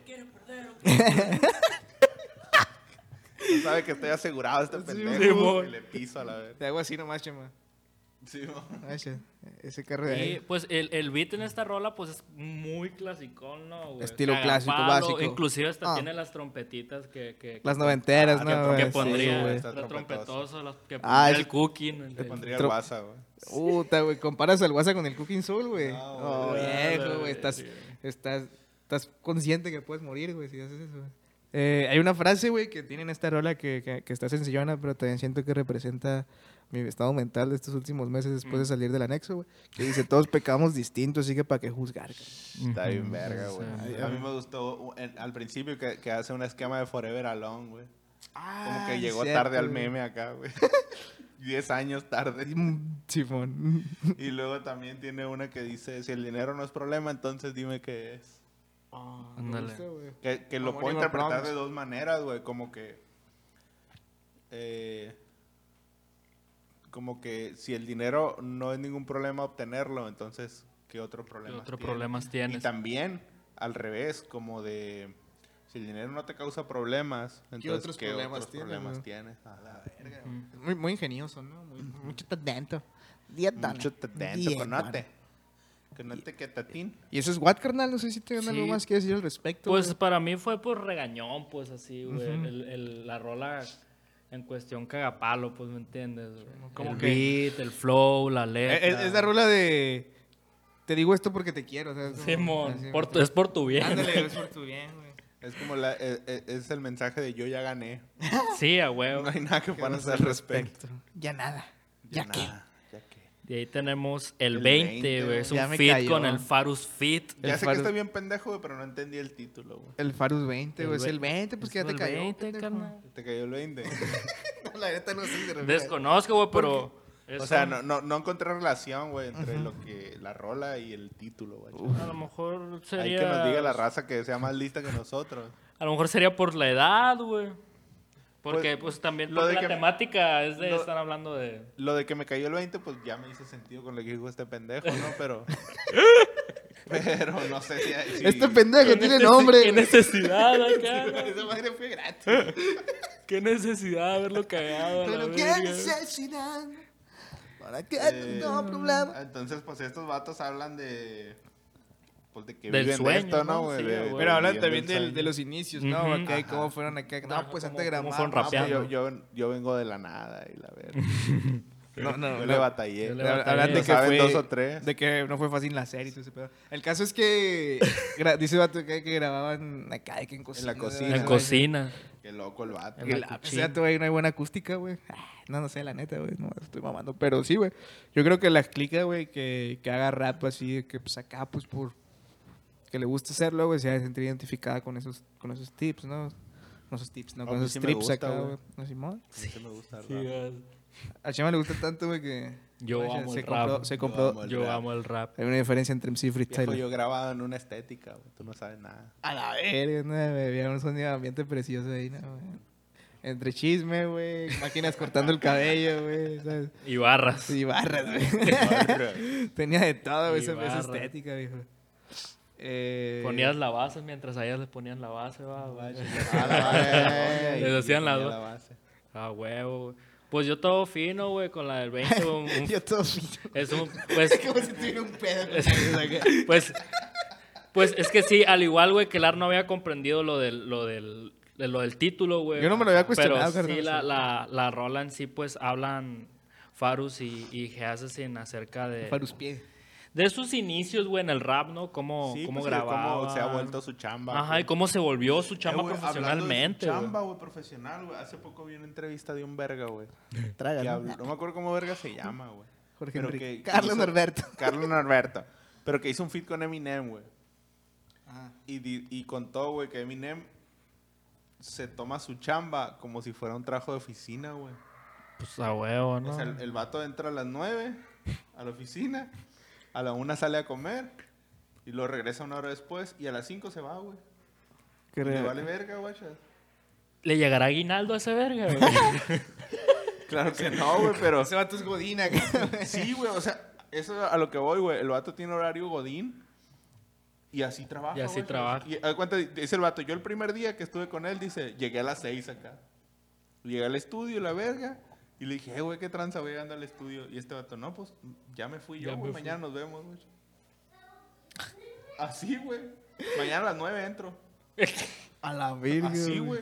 Speaker 2: No sabe que estoy asegurado este pendejo.
Speaker 1: Simón.
Speaker 2: Y le piso a la vez.
Speaker 1: Te hago así nomás, chema.
Speaker 2: Sí, mo.
Speaker 1: Ay, che, Ese carro de
Speaker 3: Sí,
Speaker 1: ahí.
Speaker 3: pues el, el beat en esta rola pues es muy clasicón, ¿no? güey?
Speaker 1: Estilo clásico,
Speaker 3: Cagapalo,
Speaker 1: básico.
Speaker 3: Inclusive hasta
Speaker 1: Ah.
Speaker 3: tiene las trompetitas que... que
Speaker 1: Las noventeras,
Speaker 2: Ah,
Speaker 1: ¿no?
Speaker 2: que
Speaker 1: güey?
Speaker 3: que
Speaker 1: Sí,
Speaker 3: pondría
Speaker 1: güey.
Speaker 3: el
Speaker 2: Está trompetoso.
Speaker 3: trompetoso, las que pondría
Speaker 1: Ah,
Speaker 3: el
Speaker 1: es-
Speaker 3: cookie. ¿no? El-
Speaker 2: Le pondría el
Speaker 1: Tro-
Speaker 2: WhatsApp, güey.
Speaker 1: Puta, güey, comparas al WhatsApp con el Cooking Soul, güey.
Speaker 2: No,
Speaker 1: No,
Speaker 2: güey.
Speaker 1: viejo, güey, estás, estás, estás consciente que puedes morir, güey, si haces eso. güey. Eh, hay una frase, güey, que tiene en esta rola que, que, que está sencillona, pero también siento que representa mi estado mental de estos últimos meses después de salir del anexo, güey. Que dice, todos pecamos distintos, así que para qué juzgar. cabrón".
Speaker 2: Está bien verga,
Speaker 3: sí,
Speaker 2: güey.
Speaker 3: sí.
Speaker 2: A mí me gustó uh, en- al principio que, que hace un esquema de Forever Alone, güey. Como que
Speaker 1: Ay,
Speaker 2: llegó
Speaker 1: cierto,
Speaker 2: tarde al
Speaker 1: güey.
Speaker 2: meme acá, güey. Diez años tarde.
Speaker 1: Mm, Simón.
Speaker 2: Y luego también tiene una que dice, si el dinero no es problema, entonces dime qué es.
Speaker 3: Ándale.
Speaker 2: Que, que lo
Speaker 1: Como
Speaker 2: puedo
Speaker 1: Oliver
Speaker 2: interpretar
Speaker 1: Proms.
Speaker 2: de dos maneras, güey. Como que... eh, como que si el dinero no es ningún problema obtenerlo, entonces, ¿qué otro
Speaker 3: ¿Qué
Speaker 2: problema
Speaker 3: otros problemas
Speaker 2: Y
Speaker 3: tienes?
Speaker 2: también, al revés, como de... Si el dinero no te causa problemas, entonces, ¿qué otros
Speaker 1: otros
Speaker 2: problemas,
Speaker 1: problemas tienes, no?
Speaker 2: tienes? A la verga.
Speaker 1: Muy, muy ingenioso, ¿no? Muy, mucho talento. Mm.
Speaker 2: Mucho te- te- conote. Conote que tatín.
Speaker 1: Y eso es Watt, carnal. No sé si tienen algo
Speaker 3: Sí.
Speaker 1: más que decir al respecto.
Speaker 3: Pues
Speaker 1: güey.
Speaker 3: para mí fue pues regañón, pues así, güey. El- el- la rola en cuestión cagapalo, pues, ¿me entiendes? güey?
Speaker 1: como
Speaker 3: el
Speaker 1: que-
Speaker 3: beat, el flow, la
Speaker 1: Eh,
Speaker 3: letra.
Speaker 1: es, es la rola de. Te digo esto porque te quiero. ¿sabes? Como- así,
Speaker 3: Simón, por
Speaker 1: güey.
Speaker 3: tu- es por tu bien.
Speaker 1: Ándale, es por tu bien, güey.
Speaker 2: Es como la, e- e- es el mensaje de yo ya gané.
Speaker 3: Sí, a huevo.
Speaker 2: No hay nada que puedan hacer al respecto.
Speaker 1: Ya nada. Ya, qué.
Speaker 2: nada, ya que.
Speaker 3: Y ahí tenemos el,
Speaker 2: El
Speaker 3: 20,
Speaker 2: 20,
Speaker 3: güey. Es
Speaker 1: ya
Speaker 3: un
Speaker 1: me
Speaker 3: fit
Speaker 1: cayó.
Speaker 3: con el Farus Fit.
Speaker 1: El
Speaker 2: Ya sé
Speaker 1: faro-
Speaker 2: que estoy bien pendejo, güey, pero no entendí el título, güey.
Speaker 1: El Farus 20,
Speaker 3: El
Speaker 1: güey. Es
Speaker 3: ve-
Speaker 1: el 20, pues que ya te
Speaker 3: El
Speaker 1: cayó.
Speaker 3: 20,
Speaker 1: pendejo.
Speaker 3: carnal.
Speaker 2: Te cayó el 20.
Speaker 1: No, la neta no sé si se refiere.
Speaker 3: Desconozco, güey, pero. es
Speaker 2: o sea,
Speaker 3: un-
Speaker 2: no, no, no encontré relación, güey, entre lo que la rola y el título, güey.
Speaker 3: A lo mejor sería.
Speaker 2: Hay que nos diga la raza que sea más lista que nosotros.
Speaker 3: A lo mejor sería por la edad, güey. Porque, pues, también
Speaker 2: lo
Speaker 3: por
Speaker 2: de
Speaker 3: la
Speaker 2: que-
Speaker 3: temática es de.
Speaker 2: lo-
Speaker 3: Están hablando de.
Speaker 2: Lo de que me cayó el 20, pues ya me hizo sentido con lo que dijo este pendejo, ¿no? Pero. pero no sé si. hay- si-
Speaker 1: Este pendejo
Speaker 3: ¿Qué
Speaker 1: tiene
Speaker 3: necesi-
Speaker 1: nombre.
Speaker 3: ¿Qué
Speaker 1: güey.
Speaker 3: necesidad acá? no?
Speaker 2: Esa madre fue gratis.
Speaker 3: ¿Qué necesidad de haberlo cagado? a la
Speaker 1: Pero qué
Speaker 3: verga?
Speaker 1: necesidad. ¿Para qué?
Speaker 2: Eh,
Speaker 1: No, problema.
Speaker 2: Entonces, pues estos vatos hablan de. Pues de que
Speaker 3: Del
Speaker 2: viven
Speaker 3: sueño,
Speaker 2: de esto, ¿no,
Speaker 3: ¿no?
Speaker 2: güey?
Speaker 3: Sí,
Speaker 2: De-
Speaker 3: güey.
Speaker 2: de
Speaker 3: Pero
Speaker 1: Pero hablan
Speaker 2: vivir
Speaker 1: también
Speaker 2: del
Speaker 1: del-
Speaker 2: sueño.
Speaker 1: de los inicios, ¿no?
Speaker 3: Ujú.
Speaker 1: Acá, y cómo fueron acá. No,
Speaker 3: Ajá,
Speaker 1: pues
Speaker 3: cómo-
Speaker 1: antes
Speaker 3: cómo
Speaker 1: grababan.
Speaker 3: fueron
Speaker 1: no, pues,
Speaker 2: Ah, pues, yo,
Speaker 3: rapeando.
Speaker 2: yo, yo, vengo de la nada y la verga.
Speaker 1: No, no,
Speaker 2: Yo
Speaker 1: no.
Speaker 2: le batallé.
Speaker 3: Yo
Speaker 1: Le
Speaker 3: le batallé.
Speaker 1: hablan de
Speaker 2: Lo
Speaker 1: que
Speaker 2: saben
Speaker 1: fue-
Speaker 2: dos o tres.
Speaker 1: De que no fue fácil la serie y todo ese pedo. El caso es que gra- dice vato que, que grababan acá de que en cocina.
Speaker 2: cocina.
Speaker 1: güey.
Speaker 3: En cocina.
Speaker 2: Qué loco el vato.
Speaker 1: Que
Speaker 3: En
Speaker 1: la-
Speaker 3: la
Speaker 1: o sea, tú, güey, no hay buena acústica, güey. Ah, No, no sé, la neta, güey. No, estoy mamando. Pero sí, güey. Yo creo que la clica, güey, que, que haga rap así, de que pues acá, pues por. que le gusta hacerlo, güey, se ha de sentir identificada con esos, con esos tips, ¿no? Con esos tips, ¿no?
Speaker 2: A
Speaker 1: Con
Speaker 2: mí
Speaker 1: esos
Speaker 2: sí me
Speaker 1: trips
Speaker 2: gusta,
Speaker 1: acá,
Speaker 2: güey.
Speaker 1: güey. ¿No, Simón?
Speaker 2: Sí, me gusta el rap.
Speaker 3: Yo
Speaker 1: A Chema le gusta tanto, güey, que.
Speaker 3: Yo
Speaker 1: Vaya,
Speaker 3: amo
Speaker 1: se
Speaker 3: el
Speaker 1: compró,
Speaker 3: rap.
Speaker 1: Se
Speaker 2: Yo
Speaker 1: compró.
Speaker 2: amo el rap.
Speaker 3: amo el rap.
Speaker 1: Hay una diferencia entre MC y
Speaker 2: Viejo,
Speaker 1: freestyle.
Speaker 2: yo grabado en una estética, güey, tú no sabes nada.
Speaker 1: A la verga, no, güey, había un sonido de ambiente precioso ahí, ¿no? güey? Entre chisme, güey, máquinas cortando el cabello, güey, ¿sabes?
Speaker 3: Y barras.
Speaker 1: Y barras,
Speaker 2: Barra.
Speaker 1: güey. Tenía de todo, güey,
Speaker 3: Y
Speaker 1: esa, esa
Speaker 3: barras.
Speaker 1: estética, viejo. Eh,
Speaker 3: Ponías la base mientras a ellas les ponían la base, va, güey.
Speaker 2: Ah, la base,
Speaker 3: Les
Speaker 2: güey, y
Speaker 3: hacían
Speaker 2: ponía
Speaker 3: las-
Speaker 2: base.
Speaker 3: Ah, huevo. güey. Pues yo todo fino, güey, con la del 20. güey, un- un-
Speaker 1: Yo todo
Speaker 3: es un. Pues,
Speaker 1: Como si tuviera un pedo.
Speaker 3: Es- pues, pues es que sí, al igual, güey, que Lar no había comprendido lo del, lo del, de lo del título, güey.
Speaker 1: Yo no me lo había cuestionado,
Speaker 3: Pero sí,
Speaker 1: carnal.
Speaker 3: la, la, la rola en sí, pues hablan Farus y, y Geassassin acerca de,
Speaker 1: Farus pie.
Speaker 3: de sus inicios, güey, en el rap, ¿no? Cómo,
Speaker 2: Sí,
Speaker 3: cómo
Speaker 2: pues, y de
Speaker 3: grababa.
Speaker 2: Cómo se ha vuelto su chamba.
Speaker 3: Ajá,
Speaker 2: güey.
Speaker 3: y cómo se volvió su
Speaker 2: Eh,
Speaker 3: chamba
Speaker 2: güey, hablando de su
Speaker 3: profesionalmente. güey.
Speaker 2: Chamba, güey, profesional, güey. Hace poco vi una entrevista de un verga, güey. que habló- No me acuerdo cómo verga se llama, güey.
Speaker 1: Jorge
Speaker 2: Pero
Speaker 1: Enrique.
Speaker 2: que
Speaker 1: Carlos
Speaker 2: hizo-
Speaker 1: Norberto.
Speaker 2: Carlos Norberto. Pero que hizo un feat con Eminem, güey. Y, di- y contó, güey, que Eminem se toma su chamba como si fuera un trabajo de oficina, güey.
Speaker 3: Pues a huevo, ¿no?
Speaker 2: O sea, el, el vato entra a las 9 a la oficina, a la 1 sale a comer y lo regresa una hora después y a las 5 se va, güey.
Speaker 1: Que
Speaker 2: Le
Speaker 1: re-
Speaker 2: vale verga, güey.
Speaker 3: ¿Le llegará aguinaldo a ese verga, güey?
Speaker 2: Claro que no, güey, pero...
Speaker 1: Ese vato es Godina, güey.
Speaker 2: Sí, güey, o sea, eso a lo que voy, güey. El vato tiene horario godín y así trabaja.
Speaker 3: Y así
Speaker 2: güey.
Speaker 3: trabaja.
Speaker 2: Y haz de cuenta, dice el vato, yo el primer día que estuve con él, dice, llegué a las seis acá. Llegué al estudio, la verga, y le dije, "Eh, güey, qué tranza voy llegando al estudio. Y este vato, no, pues, ya me fui yo,
Speaker 3: Ya
Speaker 2: güey,
Speaker 3: me fui.
Speaker 2: mañana nos vemos, güey. Así, güey. Mañana a las nueve entro.
Speaker 1: A la verga.
Speaker 2: Así, güey.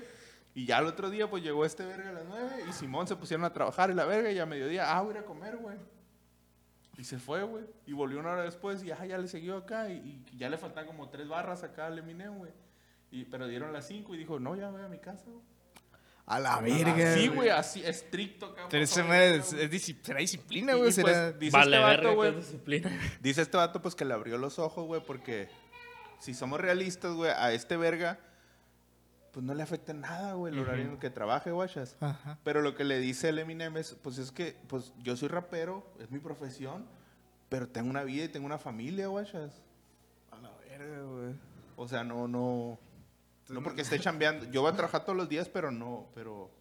Speaker 2: Y ya el otro día, pues llegó este verga a las 9 y Simón se pusieron a trabajar y la verga y a mediodía, ah, voy a ir a comer, güey. Y se fue, güey. Y volvió una hora después y ah, ya le siguió acá y, y ya le faltan como tres barras acá al Eminem, güey. Y, pero dieron las 5 y dijo, no, ya me voy a mi casa, güey.
Speaker 1: A la verga.
Speaker 2: Sí, güey, así estricto, cabrón.
Speaker 1: Pero esa
Speaker 2: Oye,
Speaker 1: madre
Speaker 2: güey.
Speaker 1: es- es disci- será disciplina,
Speaker 2: Y-
Speaker 1: güey.
Speaker 2: y,
Speaker 1: será-
Speaker 2: pues, dice
Speaker 3: vale
Speaker 2: este vato,
Speaker 3: verga,
Speaker 2: güey,
Speaker 3: con disciplina.
Speaker 2: Dice este vato, pues que le abrió los ojos, güey, porque si somos realistas, güey, a este verga, pues no le afecta en nada, güey, el horario en el que trabaje, guachas.
Speaker 1: Ajá.
Speaker 2: Pero lo que le dice el Eminem es, pues es que, pues yo soy rapero, es mi profesión, pero tengo una vida y tengo una familia, guachas.
Speaker 1: A la verga, güey.
Speaker 2: O sea, no, no, no porque esté chambeando. Yo voy a trabajar todos los días, pero no, pero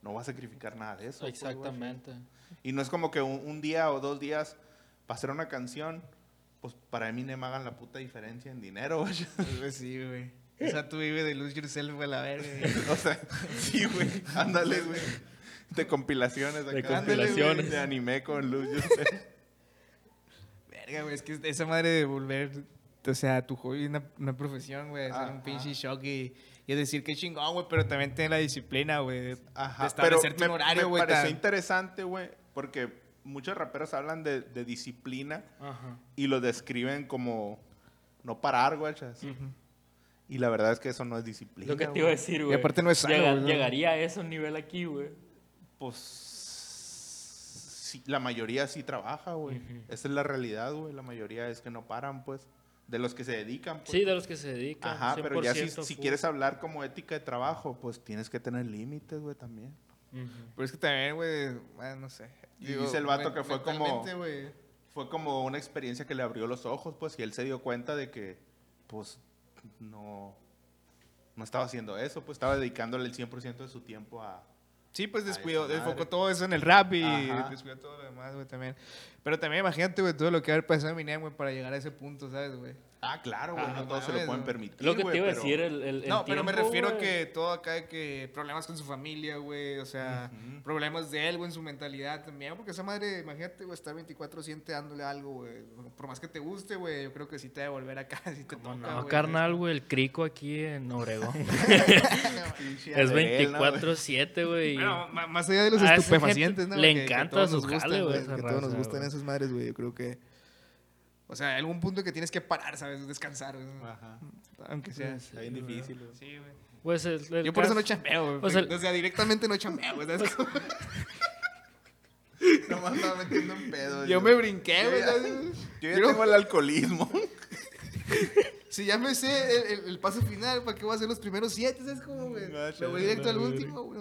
Speaker 2: no voy a sacrificar nada de eso. pues, guachas.
Speaker 3: Exactamente.
Speaker 2: Y no es como que un, un día o dos días para hacer una canción, pues para Eminem hagan la puta diferencia en dinero, güey.
Speaker 1: Pues sí, güey. O sea, tú vives de Lose Yourself, güey, a la verga. güey.
Speaker 2: O sea, sí, güey. Ándale, güey. De compilaciones
Speaker 3: De
Speaker 2: acá. Ándale, güey,
Speaker 3: compilaciones.
Speaker 2: De anime con luz. yo sé.
Speaker 1: Verga, güey, es que esa madre de volver, o sea, tu hobby una, una profesión, güey, es
Speaker 2: Ajá.
Speaker 1: un pinche shock y, y es decir que chingón, güey, pero también tiene la disciplina, güey, de, de
Speaker 2: Ajá. Pero
Speaker 1: establecerte
Speaker 2: me,
Speaker 1: un horario,
Speaker 2: me
Speaker 1: güey.
Speaker 2: pareció
Speaker 1: tan-
Speaker 2: interesante, güey, porque muchos raperos hablan de, de disciplina
Speaker 3: Ajá.
Speaker 2: y lo describen como no parar, güey. Y la verdad es que eso no es disciplina.
Speaker 3: Lo que te
Speaker 2: güey.
Speaker 3: iba a decir, güey.
Speaker 1: aparte no es sano,
Speaker 3: Llega-
Speaker 1: güey, ¿no?
Speaker 3: Llegaría a ese nivel aquí, güey.
Speaker 2: Pues sí, la mayoría sí trabaja, güey.
Speaker 3: Ujú.
Speaker 2: Esa es la realidad, güey. La mayoría es que no paran, pues. De los que se dedican, pues.
Speaker 3: Sí, de los que se dedican.
Speaker 2: Ajá, pero ya si,
Speaker 3: 100%
Speaker 2: si
Speaker 3: full.
Speaker 2: quieres hablar como ética de trabajo, pues tienes que tener límites, güey, también.
Speaker 3: Ujú.
Speaker 1: Pero es que también, güey, bueno, no sé.
Speaker 2: Y dice el vato
Speaker 1: men-
Speaker 2: que fue como-
Speaker 1: mentalmente, güey,
Speaker 2: Fue como una experiencia que le abrió los ojos, pues, y él se dio cuenta de que, pues, no, no estaba haciendo eso, pues estaba dedicándole el 100% de su tiempo a...
Speaker 1: Sí, pues
Speaker 2: Ay,
Speaker 1: descuidó,
Speaker 2: esa madre.
Speaker 1: desfocó todo eso en el rap y
Speaker 2: Ajá.
Speaker 1: descuidó todo lo demás, güey, también. Pero también imagínate, güey, todo lo que haber pasado a Eminem, güey, para llegar a ese punto, ¿sabes, güey?
Speaker 2: Ah, claro, güey.
Speaker 1: Ah,
Speaker 2: no
Speaker 1: no
Speaker 2: todos se lo
Speaker 1: mames,
Speaker 2: pueden
Speaker 1: no.
Speaker 2: permitir.
Speaker 3: Lo que
Speaker 2: güey,
Speaker 3: te iba a
Speaker 2: pero-
Speaker 3: decir, el, el- el
Speaker 1: No, pero me
Speaker 3: tiempo,
Speaker 1: refiero a
Speaker 3: güey.
Speaker 1: que todo acá de que problemas con su familia, güey, o sea, problemas de él, güey, en su mentalidad también, porque esa madre, imagínate, güey, estar 24-7 dándole algo, güey, por más que te guste, güey, yo creo que sí te va a volver acá, si te toca,
Speaker 3: No,
Speaker 1: güey.
Speaker 3: carnal, güey, el crico aquí en Oregón.
Speaker 2: Pinche
Speaker 3: es
Speaker 2: Adele, ¿no, güey?
Speaker 3: 24-7, güey.
Speaker 1: Bueno, ma- más allá de los
Speaker 3: A esa
Speaker 1: estupefacientes,
Speaker 3: gente
Speaker 1: ¿no?
Speaker 3: le
Speaker 1: Que- que
Speaker 3: encanta
Speaker 1: todos
Speaker 3: su
Speaker 1: nos gustan,
Speaker 3: jale, güey,
Speaker 1: güey,
Speaker 3: esa
Speaker 1: Que todos nos
Speaker 3: raza,
Speaker 1: gustan
Speaker 3: güey.
Speaker 1: esas madres, Ah, güey, yo creo que... O sea, hay algún punto que tienes que parar, ¿sabes? Descansar, güey,
Speaker 3: Ah.
Speaker 2: Ajá.
Speaker 1: aunque sea...
Speaker 2: Está bien difícil, güey.
Speaker 1: Sí, güey.
Speaker 3: Pues el- el
Speaker 1: Yo por eso
Speaker 3: caso-
Speaker 1: no chambeo, güey.
Speaker 3: O sea-
Speaker 1: O sea, directamente no chambeo, güey. ¿sabes?
Speaker 2: Nomás estaba metiendo en pedo.
Speaker 1: Yo me brinqué, güey.
Speaker 2: ya-
Speaker 1: ¿sabes?
Speaker 2: Yo ya
Speaker 1: Yo-
Speaker 2: tengo el alcoholismo.
Speaker 1: Si ya me sé el, el- el paso final, ¿para qué voy a hacer los primeros siete? ¿Sabes cómo, güey?
Speaker 2: No,
Speaker 1: Me
Speaker 2: chale,
Speaker 1: voy directo
Speaker 2: la
Speaker 1: al
Speaker 2: verga.
Speaker 1: último, güey.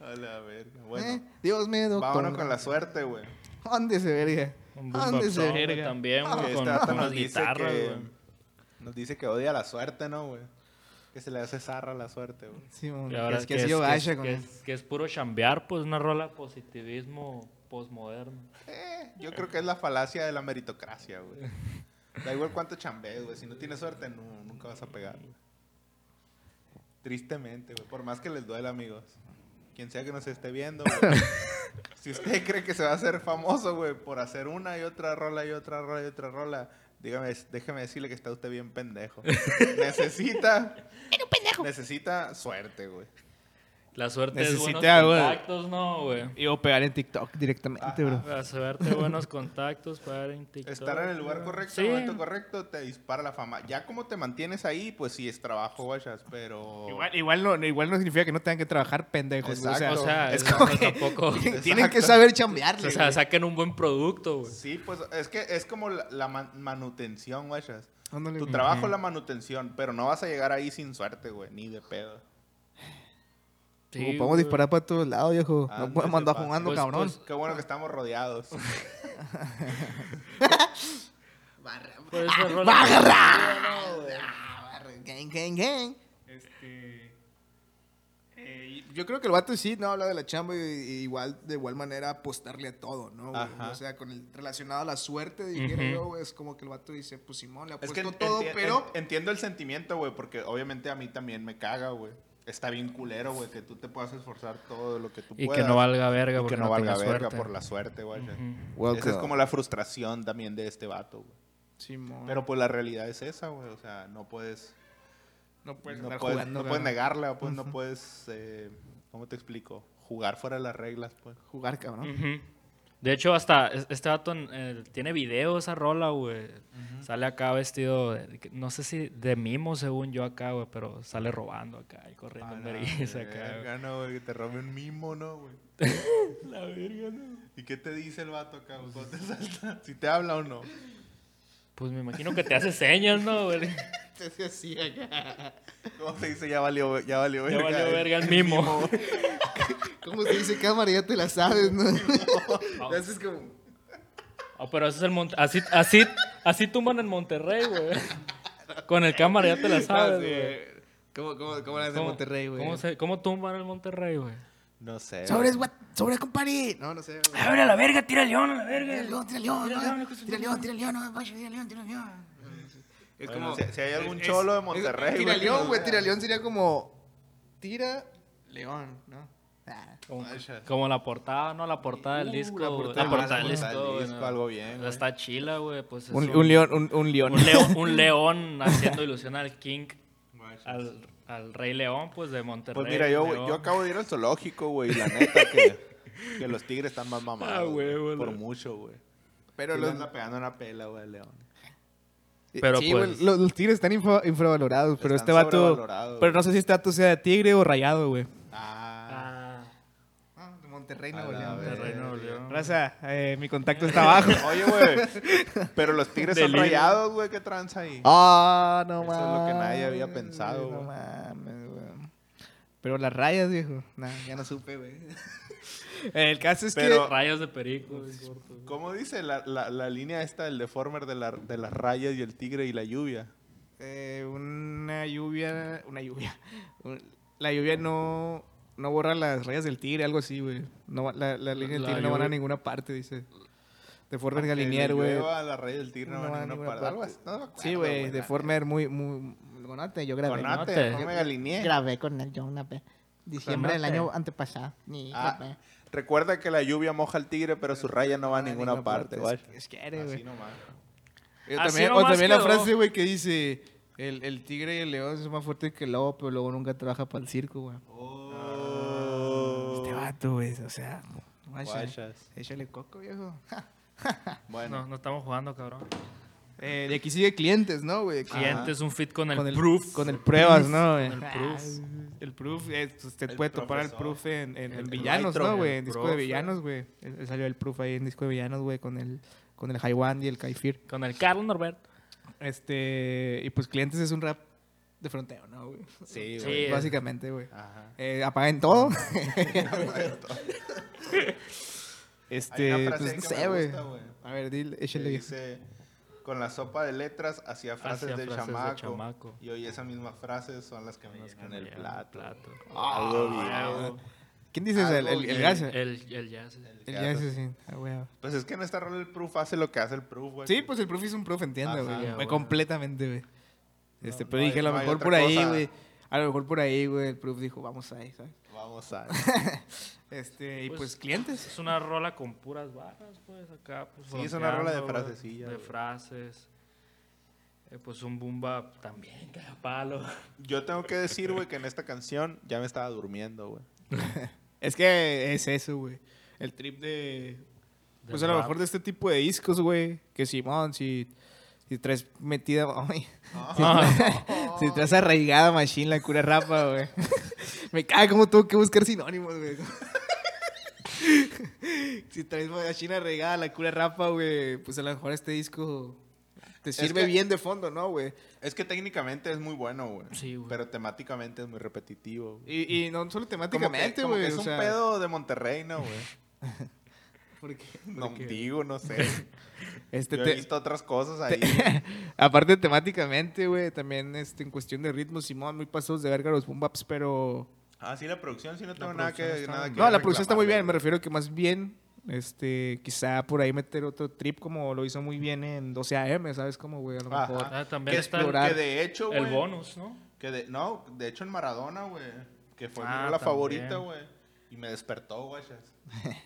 Speaker 2: A la verga.
Speaker 1: Eh,
Speaker 2: Bueno,
Speaker 1: Dios me doctor.
Speaker 2: vámonos con la suerte, güey.
Speaker 1: ¿Dónde se verga?
Speaker 3: Un
Speaker 1: Ah, ¿Dónde
Speaker 3: boombox
Speaker 1: se
Speaker 3: song, güey,
Speaker 1: verga?
Speaker 3: También, güey,
Speaker 2: Que
Speaker 3: con,
Speaker 2: esta
Speaker 3: con
Speaker 2: nos
Speaker 3: las
Speaker 2: dice
Speaker 3: guitarras,
Speaker 2: que...
Speaker 3: güey.
Speaker 2: Nos dice que odia la suerte, ¿no, güey? Que se le hace zarra la suerte, güey.
Speaker 1: Sí, mon,
Speaker 3: Y ahora
Speaker 1: es que ha sido gacha con
Speaker 3: que es- que es puro chambear, pues una rola positivismo postmoderno.
Speaker 2: Eh, yo creo que es la falacia de la meritocracia, güey. Da igual cuánto chambees, güey. Si no tienes suerte, no, nunca vas a pegar, güey. Tristemente, güey. Por más que les duela, amigos. Quien sea que nos esté viendo, güey. si usted cree que se va a hacer famoso, güey, por hacer una y otra rola y otra rola y otra rola, dígame, déjeme decirle que está usted bien pendejo. necesita. Necesita suerte, güey.
Speaker 3: La suerte
Speaker 1: Necesita, güey.
Speaker 3: es buenos contactos, no, güey.
Speaker 1: Iba a pegar en TikTok directamente,
Speaker 2: Ajá.
Speaker 3: La suerte, buenos contactos, pagar en TikTok.
Speaker 2: Estar en el lugar
Speaker 3: güey.
Speaker 2: correcto,
Speaker 3: Sí.
Speaker 2: en el momento correcto, te dispara la fama. Ya como te mantienes ahí, pues sí es trabajo, guachas, pero...
Speaker 1: Igual, igual, no, igual no significa que no tengan que trabajar pendejos. güey.
Speaker 2: Exacto.
Speaker 3: O sea,
Speaker 1: es
Speaker 3: es pues,
Speaker 1: como que-
Speaker 3: tampoco.
Speaker 1: O sea,
Speaker 2: Exacto.
Speaker 1: tienen que saber chambearle.
Speaker 3: o sea, saquen un buen producto, güey.
Speaker 2: Sí, pues es que es como la, la man- manutención, guachas.
Speaker 1: güey. Ándale,
Speaker 2: Tu
Speaker 1: güey.
Speaker 2: trabajo es la manutención, pero no vas a llegar ahí sin suerte, güey, ni de pedo.
Speaker 3: Sí, pues,
Speaker 1: Ocupamos
Speaker 3: güey.
Speaker 1: disparar para todos lados, viejo.
Speaker 2: Ándale,
Speaker 1: no podemos andar
Speaker 2: pa.
Speaker 1: jugando,
Speaker 3: Pues,
Speaker 1: cabrón.
Speaker 3: pues,
Speaker 2: Qué bueno que estamos rodeados.
Speaker 3: Por pues, esa rola-
Speaker 1: Ah, barra, gang, gang, gang. Este, eh, yo creo que el vato sí, no, habla de la chamba y, y igual, de igual manera apostarle a todo, ¿no? güey?
Speaker 2: Ajá.
Speaker 1: O sea, con el relacionado a la suerte, dijera
Speaker 3: Ujú.
Speaker 1: yo, güey, es como que el vato dice, pues Simón, le
Speaker 2: es que
Speaker 1: apuesto
Speaker 2: en-
Speaker 1: todo,
Speaker 2: enti-
Speaker 1: pero...
Speaker 2: en- entiendo el sentimiento, güey, porque obviamente a mí también me caga, güey. Está bien culero, güey, que tú te puedas esforzar todo lo que tú
Speaker 3: Y
Speaker 2: puedas.
Speaker 3: que no valga verga,
Speaker 2: Y
Speaker 3: porque
Speaker 2: que no, valga
Speaker 3: tenga
Speaker 2: verga
Speaker 3: suerte.
Speaker 2: por la suerte, guachas.
Speaker 3: Ujú.
Speaker 2: Esa es como la frustración también de este vato, güey.
Speaker 1: Simón.
Speaker 2: Pero pues la realidad es esa, güey. O sea, no puedes.
Speaker 1: no puedes
Speaker 2: no
Speaker 1: andar
Speaker 2: puedes,
Speaker 1: jugando,
Speaker 2: no puedes
Speaker 1: cabrón.
Speaker 2: negarla, pues no puedes. eh, ¿Cómo te explico? Jugar fuera de las reglas, pues.
Speaker 1: Jugar, cabrón.
Speaker 3: Ujú. De hecho, hasta es- este vato eh, tiene video esa rola, güey. Sale acá vestido, de- que- no sé si de mimo, según yo acá, güey, pero sale robando acá Ah, y corriendo en vergüenza acá. güey.
Speaker 2: verga, no, güey, que te robe un mimo, ¿no, güey? la verga, no. ¿Y qué te dice el vato acá, güey, cuando te salta? ¿Si te habla o no?
Speaker 3: Pues me imagino que te hace señas, ¿no, güey?
Speaker 1: Se hace así acá.
Speaker 2: ¿Cómo se dice? Ya valió, ya valió verga.
Speaker 3: valió verga el mimo.
Speaker 2: güey.
Speaker 1: ¿Cómo se dice cámara? Ya te la sabes, ¿no? Le haces como...
Speaker 3: Ah, pero ese es el mon- así, así, así tumban en Monterrey, güey. Con el cámara ya te la sabes,
Speaker 1: Sí,
Speaker 3: güey.
Speaker 1: ¿Cómo, cómo, cómo la hace
Speaker 3: ¿Cómo-
Speaker 1: Monterrey, güey?
Speaker 3: ¿cómo, se- cómo tumban en Monterrey, güey?
Speaker 2: No sé.
Speaker 1: Sobres,
Speaker 2: güey.
Speaker 1: what? Sobres, compadre. No, no sé. güey.
Speaker 3: Abre a la verga, tira el león a la
Speaker 1: Tira
Speaker 3: verga.
Speaker 1: león, tira león,
Speaker 3: Tira
Speaker 1: no,
Speaker 3: león, hijo de su
Speaker 1: tira león, tira león, no, vaya, tira león, tira león. Es
Speaker 2: Bueno, si, si hay algún cholo de Monterrey,
Speaker 1: Tira
Speaker 2: que
Speaker 1: león,
Speaker 2: nos
Speaker 1: güey,
Speaker 2: vea.
Speaker 1: tira león sería como tira león, ¿no? Ah.
Speaker 3: Como,
Speaker 2: Ay, shit.
Speaker 3: como la portada, no, la portada del
Speaker 1: Uh,
Speaker 3: disco.
Speaker 1: la
Speaker 3: güey.
Speaker 1: portada del
Speaker 2: disco.
Speaker 3: del disco.
Speaker 2: Del
Speaker 3: güey,
Speaker 2: disco,
Speaker 3: no.
Speaker 2: algo bien, güey.
Speaker 3: Está chila, güey. Pues es
Speaker 1: Un, un león, un, un león.
Speaker 3: Un león, un león haciendo ilusión al King, al, al Rey León, pues de Monterrey.
Speaker 2: Pues mira, yo, güey,
Speaker 3: León.
Speaker 2: yo acabo de ir al zoológico, güey, y la neta que, que los tigres están más mamados.
Speaker 3: Ah,
Speaker 2: güey,
Speaker 3: huevo,
Speaker 2: por
Speaker 3: la-
Speaker 2: mucho, güey.
Speaker 1: Pero
Speaker 2: Pero
Speaker 1: los,
Speaker 2: anda pegando una pela, güey, al león.
Speaker 3: Pero
Speaker 1: sí, güey,
Speaker 3: pues-
Speaker 1: los, los tigres están infra- infravalorados, pero
Speaker 2: Están
Speaker 1: este vato.
Speaker 2: sobrevalorados,
Speaker 1: Pero
Speaker 2: güey.
Speaker 1: no sé si este vato sea de tigre o rayado, güey.
Speaker 2: Ah,
Speaker 3: Ah,
Speaker 1: Ah, de Monterrey,
Speaker 2: A la verga.
Speaker 3: Monterrey, Nuevo León.
Speaker 1: Raza, eh, mi contacto está abajo.
Speaker 2: Oye, güey. Pero los tigres son
Speaker 3: Del hilo.
Speaker 2: rayados, güey, ¿qué tranza ahí?
Speaker 1: Ah, no
Speaker 2: Eso
Speaker 1: mames.
Speaker 2: es lo que nadie había pensado,
Speaker 1: No
Speaker 2: güey.
Speaker 1: mames, güey. Pero las rayas, viejo. Nah, ya no supe, güey. El caso es
Speaker 2: Pero-
Speaker 3: Rayas de perico. güey, corto, güey.
Speaker 2: ¿Cómo dice la, la, la línea esta del deformer de, la, de las rayas y el tigre y la lluvia?
Speaker 1: que eh, una lluvia. Una lluvia. un- La lluvia no. No borra las rayas del tigre, algo así, güey. No, va- la, la línea del
Speaker 3: La
Speaker 1: tigre no van a
Speaker 3: lluvia-
Speaker 1: ninguna parte, dice. Deformer Galinier, güey.
Speaker 2: A la raíz del tigre no,
Speaker 1: No
Speaker 2: va
Speaker 1: va
Speaker 2: a
Speaker 1: a
Speaker 2: ninguna
Speaker 1: ninguna
Speaker 2: parte. Algo
Speaker 1: parte.
Speaker 2: así, no me acuerdo,
Speaker 1: Sí, güey,
Speaker 2: la
Speaker 1: Deformer muy, muy... Gonate, yo
Speaker 2: neta.
Speaker 1: grabé.
Speaker 2: Con
Speaker 1: ¿no?
Speaker 2: Nate,
Speaker 3: Gonate.
Speaker 2: Deformer Galinier.
Speaker 4: Grabé con él yo una vez. Diciembre del
Speaker 3: Conoce.
Speaker 4: año antepasado. Ni
Speaker 2: Ah,
Speaker 4: grabé.
Speaker 2: recuerda que la lluvia moja al tigre, pero su raya no va a
Speaker 1: Ah,
Speaker 2: ninguna parte, güey.
Speaker 1: Es que eres,
Speaker 2: Así
Speaker 1: güey.
Speaker 2: nomás.
Speaker 1: Yo
Speaker 3: Así
Speaker 1: Eh, también- O
Speaker 3: nomás
Speaker 1: también la
Speaker 3: quedó.
Speaker 1: frase, güey, que dice... El, el tigre y el león es más fuerte que el lobo, pero luego nunca trabaja para el circo, güey.
Speaker 2: Oh.
Speaker 1: Este vato, güey, o sea... guáchale.
Speaker 2: Guachas.
Speaker 1: Échale coco, viejo.
Speaker 3: No,
Speaker 2: Bueno,
Speaker 3: no estamos jugando, cabrón.
Speaker 1: Eh, de aquí sigue clientes, ¿no, güey?
Speaker 3: Cliente es un fit con el,
Speaker 1: Con el-
Speaker 3: proof.
Speaker 1: Con el pruebas, ¿no, güey?
Speaker 3: Con el proof.
Speaker 1: El proof, eh, usted
Speaker 2: El
Speaker 1: puede topar al
Speaker 2: profesor.
Speaker 1: proof en, en-
Speaker 3: El-
Speaker 1: en
Speaker 3: el
Speaker 1: villanos,
Speaker 3: maestro.
Speaker 1: ¿no, güey?
Speaker 3: El
Speaker 1: En disco de
Speaker 3: profe.
Speaker 1: villanos, güey. Él- él Salió el proof ahí en disco de villanos, güey, con el con el Haiwan y el Kaifir.
Speaker 3: Con el Carlos Norbert.
Speaker 1: Este, y pues clientes es un rap de fronteo, ¿no, güey?
Speaker 2: sí,
Speaker 3: Sí.
Speaker 2: güey.
Speaker 3: es-
Speaker 1: Básicamente, güey.
Speaker 2: Ajá.
Speaker 1: Eh, apaguen todo.
Speaker 2: Hay
Speaker 1: este,
Speaker 2: una
Speaker 1: pues
Speaker 2: frase ahí
Speaker 1: no
Speaker 2: que
Speaker 1: sé,
Speaker 2: me
Speaker 1: güey.
Speaker 2: gusta, güey.
Speaker 1: A ver, dile,
Speaker 2: que
Speaker 1: échale.
Speaker 2: dice con la sopa de letras hacia frases,
Speaker 3: Hacia
Speaker 2: del,
Speaker 3: frases del
Speaker 2: chamaco,
Speaker 3: chamaco.
Speaker 2: y hoy esas mismas frases son las que me llenan el plato, Ah,
Speaker 1: Algo bien. ¿Quién dices? El, el, el gas. El,
Speaker 3: Ah, El, el jazz.
Speaker 1: gas, sí. Ah, güey.
Speaker 2: pues es que en esta rol el proof hace lo que hace el proof güey
Speaker 1: Sí, pues el profe es un profe, entiendo,
Speaker 2: Ajá,
Speaker 1: güey.
Speaker 3: ya,
Speaker 1: Güey,
Speaker 3: güey.
Speaker 1: Completamente, güey. Este,
Speaker 2: No,
Speaker 1: pero
Speaker 2: no
Speaker 1: dije, a
Speaker 2: hay-
Speaker 1: lo
Speaker 2: no hay
Speaker 1: mejor
Speaker 2: otra
Speaker 1: por ahí,
Speaker 2: cosa.
Speaker 1: güey. A lo mejor por ahí, güey, el profe dijo, vamos ahí, ¿sabes?
Speaker 2: vamos a
Speaker 1: Este, y pues,
Speaker 3: Pues-
Speaker 1: clientes.
Speaker 3: Es una rola con puras barras, pues acá. Pues,
Speaker 2: Sí, es una rola de
Speaker 3: fronteando, güey,
Speaker 2: frasecillas,
Speaker 3: De
Speaker 2: güey.
Speaker 3: frases. Eh, pues un bumba también, cada palo.
Speaker 2: yo tengo que decir güey que en esta canción ya me estaba durmiendo güey
Speaker 1: Es que es eso, güey. El trip de.
Speaker 3: Del
Speaker 1: Pues a lo
Speaker 3: rap.
Speaker 1: mejor de este tipo de discos, güey. Que Simón, si. Si traes metida. ay,
Speaker 3: Ah,
Speaker 1: si traes arraigada machine la cura rapa, güey. Me caga como tuvo que buscar sinónimos, güey. si traes machine arraigada la cura rapa, güey. Pues a lo mejor este disco. Te sirve
Speaker 2: que-
Speaker 1: bien de fondo, ¿no, güey?
Speaker 2: es que técnicamente es muy bueno güey
Speaker 3: Sí, güey.
Speaker 2: pero temáticamente es muy repetitivo güey.
Speaker 1: Y, y no solo
Speaker 2: Como que-
Speaker 1: temáticamente,
Speaker 2: como que
Speaker 1: güey.
Speaker 2: es
Speaker 1: o
Speaker 2: un
Speaker 1: sea,
Speaker 2: pedo de Monterrey no güey
Speaker 1: porque- porque
Speaker 2: contigo no sé
Speaker 1: Este
Speaker 2: yo
Speaker 1: te-
Speaker 2: he visto otras cosas ahí
Speaker 1: Aparte temáticamente, güey, también este, en cuestión de ritmo, Simón, muy pasados de verga los boom baps, pero...
Speaker 2: ah sí la producción sí no tengo nada
Speaker 3: producción
Speaker 2: que
Speaker 3: está
Speaker 2: nada
Speaker 3: muy
Speaker 2: que
Speaker 1: No, la producción está muy bien, me
Speaker 2: reclamarle,
Speaker 1: refiero que más bien, este, quizá por ahí meter otro trip como lo hizo muy bien en 12 AM, ¿sabes cómo, güey? A lo
Speaker 2: Ajá.
Speaker 1: mejor...
Speaker 3: Ah, también
Speaker 2: Que,
Speaker 3: está el,
Speaker 1: explorar.
Speaker 2: que de hecho,
Speaker 3: el
Speaker 2: güey,
Speaker 3: bonus, ¿no?
Speaker 2: Que de, no, de hecho en Maradona, güey. Que fue mi
Speaker 3: Ah,
Speaker 2: rola
Speaker 3: también.
Speaker 2: favorita, güey. Y me despertó, güey.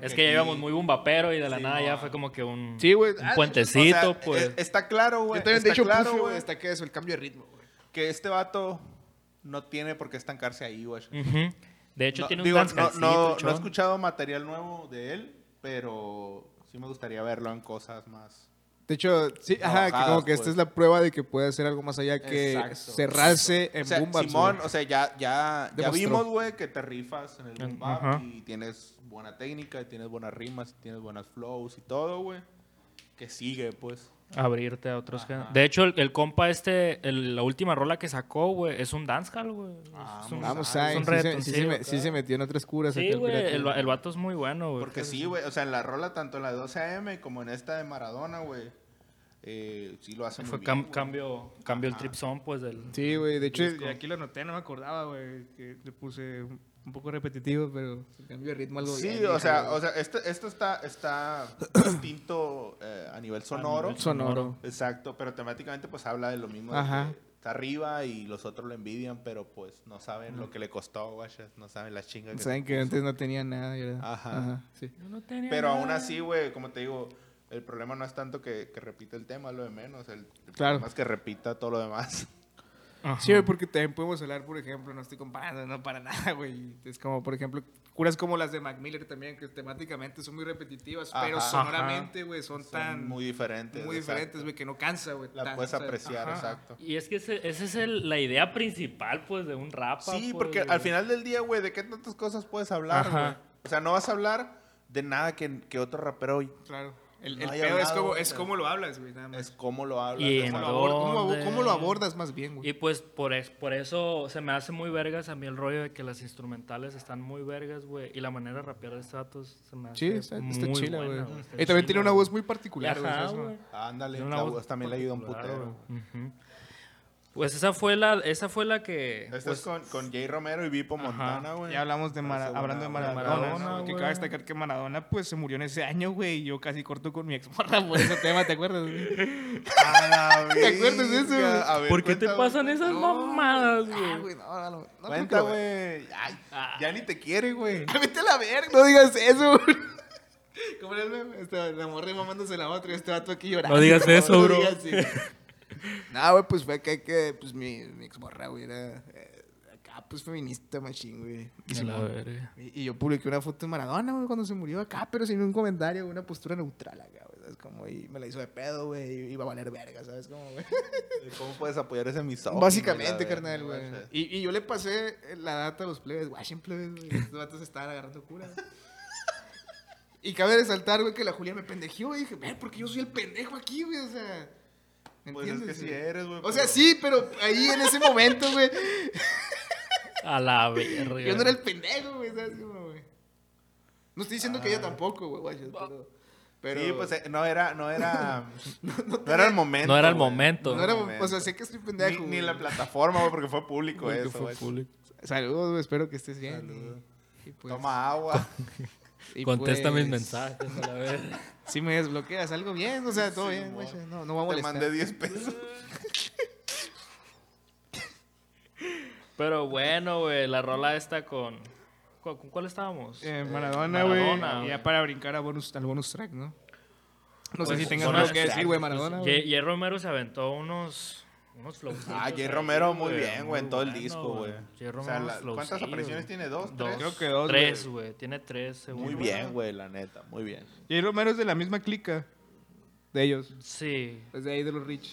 Speaker 3: Es que ya íbamos muy bumbapero y de la
Speaker 2: Sí,
Speaker 3: nada ya
Speaker 2: no.
Speaker 3: fue como que un,
Speaker 1: Sí, güey.
Speaker 3: un
Speaker 1: Ah,
Speaker 3: puentecito, pues.
Speaker 2: Está claro, güey.
Speaker 1: Yo también
Speaker 2: está
Speaker 1: de hecho
Speaker 2: claro,
Speaker 1: puse,
Speaker 2: güey,
Speaker 1: güey, destaqué eso, el cambio de ritmo, güey.
Speaker 2: que este vato no tiene por qué estancarse ahí, güey.
Speaker 3: Ujú. De hecho,
Speaker 2: No,
Speaker 3: tiene
Speaker 2: digo,
Speaker 3: un
Speaker 2: no,
Speaker 3: dancecito,
Speaker 2: no, no he
Speaker 3: chon.
Speaker 2: escuchado material nuevo de él, pero sí me gustaría verlo en cosas más.
Speaker 1: De hecho, sí, ajá, que como
Speaker 2: Trabajadas,
Speaker 1: que esta
Speaker 2: pues.
Speaker 1: es la prueba de que puede hacer algo más allá que
Speaker 2: Exacto.
Speaker 1: cerrarse en
Speaker 2: o sea,
Speaker 1: boom baps,
Speaker 2: Simón,
Speaker 1: güey.
Speaker 2: o sea, ya, ya, ya
Speaker 1: Demostró.
Speaker 2: vimos, güey, que te rifas en el boom bap
Speaker 3: Ajá.
Speaker 2: y tienes buena técnica, y tienes buenas rimas, y tienes buenas flows y todo, güey. Que sigue, pues.
Speaker 3: Abrirte a otros
Speaker 2: Ajá.
Speaker 3: géneros. De hecho, el, el compa este, el- la última rola que sacó, güey, es un dancehall, güey.
Speaker 2: Vamos,
Speaker 3: Es un-
Speaker 1: Vamos,
Speaker 3: es
Speaker 1: ahí,
Speaker 3: un
Speaker 1: sí, se, sí se
Speaker 3: reggaetoncillo
Speaker 1: me-
Speaker 3: acá.
Speaker 1: sí se metió en otras curas.
Speaker 3: Sí,
Speaker 1: acá el
Speaker 3: güey,
Speaker 1: pirata.
Speaker 3: el, va- el vato es muy bueno, güey.
Speaker 2: Porque sí, güey, o sea, en la rola, tanto en la de 12 AM como en esta de Maradona, güey, eh, sí lo hace
Speaker 3: Fue
Speaker 2: muy
Speaker 3: cam-
Speaker 2: bien, güey.
Speaker 3: cambio, cambio el
Speaker 2: Ajá.
Speaker 3: trip song, pues, del...
Speaker 1: Sí, güey. De hecho,
Speaker 2: Disco.
Speaker 1: aquí lo noté, no me acordaba, güey. Que le puse un un poco repetitivo, pero el cambio de ritmo algo
Speaker 2: Sí,
Speaker 1: bien,
Speaker 2: o
Speaker 1: bien,
Speaker 2: sea,
Speaker 1: güey.
Speaker 2: o sea, esto, esto está, está distinto eh, a nivel sonoro.
Speaker 3: nivel
Speaker 1: sonoro.
Speaker 2: Exacto, pero temáticamente pues habla de lo mismo. de
Speaker 1: Ajá.
Speaker 2: que está arriba y los otros lo envidian, pero pues no saben lo que le costó, güey, no saben las chingas que
Speaker 1: Saben que antes no tenía nada, ¿verdad?
Speaker 2: Ajá.
Speaker 1: sí.
Speaker 3: Yo no tenía
Speaker 2: Pero aún
Speaker 3: nada.
Speaker 2: así, güey, como te digo, el problema no es tanto que, que repita el tema, lo de menos. El, el
Speaker 1: Claro.
Speaker 2: problema es que repita todo lo demás.
Speaker 3: Ajá.
Speaker 1: Sí, güey, porque también podemos hablar, por ejemplo, no estoy comparando, no para nada, güey. Es como, por ejemplo, curas como las de Mac Miller también, que temáticamente son muy repetitivas, pero
Speaker 2: Ajá.
Speaker 1: sonoramente, güey, son,
Speaker 2: Son
Speaker 1: tan
Speaker 2: muy
Speaker 1: muy,
Speaker 2: diferentes. exacto.
Speaker 1: diferentes, güey, que no cansa, güey.
Speaker 2: La
Speaker 1: tan-
Speaker 2: puedes
Speaker 1: o sea,
Speaker 2: apreciar,
Speaker 1: ajá.
Speaker 2: exacto.
Speaker 3: Y es que ese- esa es el- la idea principal, pues, de un rap.
Speaker 2: Sí, porque al final del día, güey, ¿de qué tantas cosas puedes hablar,
Speaker 3: Ajá.
Speaker 2: güey? O sea, no vas a hablar de nada que, que otro rapero
Speaker 1: Ah, Claro. El,
Speaker 2: No
Speaker 1: el
Speaker 2: hay
Speaker 1: pedo es
Speaker 2: hablado,
Speaker 1: como,
Speaker 2: güey.
Speaker 1: es como lo hablas, güey, nada más.
Speaker 2: es cómo lo habla.
Speaker 3: Y
Speaker 1: ¿Cómo
Speaker 3: en
Speaker 1: lo, abor- cómo abo-
Speaker 3: dónde?
Speaker 1: cómo lo abordas más bien,
Speaker 3: Y
Speaker 1: güey?
Speaker 3: pues por, es- por eso se me hace muy vergas a mí el rollo de que las instrumentales están muy vergas, güey. Y la manera de rapear de Stratos se me hace
Speaker 1: Sí, está,
Speaker 3: muy
Speaker 1: está chila,
Speaker 3: buena,
Speaker 1: güey.
Speaker 3: güey. Está
Speaker 1: Y también
Speaker 3: chila,
Speaker 1: tiene una
Speaker 3: güey.
Speaker 1: voz muy particular, güey.
Speaker 3: Ajá,
Speaker 1: ¿sabes, no?
Speaker 3: güey.
Speaker 2: Ándale,
Speaker 3: Tiene una
Speaker 2: la
Speaker 3: voz
Speaker 2: voz también le ayuda un
Speaker 3: particular,
Speaker 2: putero.
Speaker 3: güey. Ujú. Pues esa fue la, esa fue la que...
Speaker 2: Esta
Speaker 3: pues,
Speaker 2: Este es con, con Jay Romero y Vipo Montana, güey.
Speaker 5: Ya hablamos de Mara-
Speaker 2: Parece buena-
Speaker 5: hablando de
Speaker 2: buena
Speaker 5: Maradona,
Speaker 3: Maradona,
Speaker 5: ¿no? que
Speaker 3: güey.
Speaker 5: cabe destacar que Maradona pues se murió en ese año, güey, y yo casi corto con mi ex morra por ese tema, ¿te acuerdas? güey?
Speaker 2: A la
Speaker 5: ¿Te acuerdas de eso,
Speaker 2: verga.
Speaker 5: güey?
Speaker 2: A ver,
Speaker 3: ¿Por qué te
Speaker 2: cuenta,
Speaker 3: pasan esas mamadas,
Speaker 4: Ah,
Speaker 3: güey?
Speaker 4: güey, no, no, no. no
Speaker 2: güey.
Speaker 4: creo
Speaker 2: Cuenta,
Speaker 4: que lo-
Speaker 2: güey. Ay, Ya ni te quiere, güey.
Speaker 4: Vete a la verga, no digas eso. güey.
Speaker 5: ¿Cómo era el meme? Este, la morra mamándose la otra y este vato aquí llorando.
Speaker 3: No digas eso,
Speaker 5: No
Speaker 3: bro.
Speaker 5: digas eso.
Speaker 4: No, güey, pues fue que, que pues mi, mi ex morra, güey, era eh, acá, pues feminista, machín, güey.
Speaker 3: A la verga.
Speaker 4: Y, y yo publiqué una foto de Maradona, güey, cuando se murió acá, pero sin un comentario, una postura neutral acá, güey, ¿sabes? Como, y me la hizo de pedo, güey, y iba a valer verga, ¿sabes? Como, güey.
Speaker 2: ¿Cómo puedes apoyar ese misógino?
Speaker 4: Básicamente,
Speaker 2: Oh, la verga,
Speaker 4: carnal, güey. Y, y yo le pasé eh, la data a los plebes, Washington plebes, güey. Estos vatos estaban agarrando cura, güey. Y cabe resaltar, güey, que la Julia me pendejió, güey. Dije, ver, porque yo soy el pendejo aquí, güey, o sea. ¿me
Speaker 2: Pues es que
Speaker 4: entiendes,
Speaker 2: sí
Speaker 4: güey?
Speaker 2: eres, güey.
Speaker 4: O sea,
Speaker 2: pero-
Speaker 4: sí, pero ahí en ese momento, güey,
Speaker 3: A la verga.
Speaker 4: yo no era el pendejo, güey, ¿sabes cómo, güey? No estoy diciendo
Speaker 3: Ah.
Speaker 4: que ella tampoco, güey, guachos, pero... pero
Speaker 2: Sí, pues eh, no era, no era, no,
Speaker 4: tenía-
Speaker 2: era el momento.
Speaker 3: No era el
Speaker 2: güey.
Speaker 3: momento.
Speaker 4: No era,
Speaker 2: momento.
Speaker 4: o sea, sé que estoy
Speaker 2: Ni,
Speaker 4: pendejo,
Speaker 2: ni
Speaker 4: güey.
Speaker 2: la plataforma, güey, porque fue público eso. güey.
Speaker 4: Saludos, güey, espero que estés bien.
Speaker 2: Saludos.
Speaker 4: Y- y pues-
Speaker 2: Toma agua.
Speaker 4: y
Speaker 3: Contesta mis
Speaker 4: pues-
Speaker 3: mensajes, a la verga.
Speaker 4: Si me desbloqueas algo bien, o sea, todo bien, güey. No, no va a
Speaker 2: Te
Speaker 4: molestar.
Speaker 2: mandé 10 pesos.
Speaker 3: Pero bueno, güey, la rola esta con... ¿Con con cuál estábamos?
Speaker 5: Eh, Maradona, güey.
Speaker 3: Maradona,
Speaker 5: Ya
Speaker 3: güey.
Speaker 5: para brincar a bonus, al bonus track, ¿no? No
Speaker 3: Pues,
Speaker 5: sé si tengas
Speaker 3: son
Speaker 5: algo
Speaker 3: las-
Speaker 5: que decir, güey,
Speaker 3: Pues,
Speaker 5: Maradona.
Speaker 3: Ye-
Speaker 5: güey.
Speaker 3: Ye Romero se aventó unos... Unos flowcitos
Speaker 2: Ah, Jay
Speaker 3: ahí,
Speaker 2: Romero muy bien,
Speaker 3: muy
Speaker 2: güey, en todo el
Speaker 3: bueno,
Speaker 2: disco, güey.
Speaker 3: Jay
Speaker 2: O
Speaker 3: Romero
Speaker 2: sea,
Speaker 3: unos
Speaker 2: la- ¿cuántas
Speaker 3: flowcillos,
Speaker 2: apariciones
Speaker 3: güey.
Speaker 2: tiene? ¿Dos?
Speaker 3: Dos.
Speaker 2: ¿Tres?
Speaker 5: Creo que dos,
Speaker 3: Tres,
Speaker 5: güey.
Speaker 3: güey. Tiene tres, según
Speaker 2: Muy
Speaker 3: yo.
Speaker 2: bien, güey, la neta, muy bien.
Speaker 5: Jay Romero es de la misma clica de ellos.
Speaker 3: Sí.
Speaker 1: pues,
Speaker 5: Es de ahí de los Rich.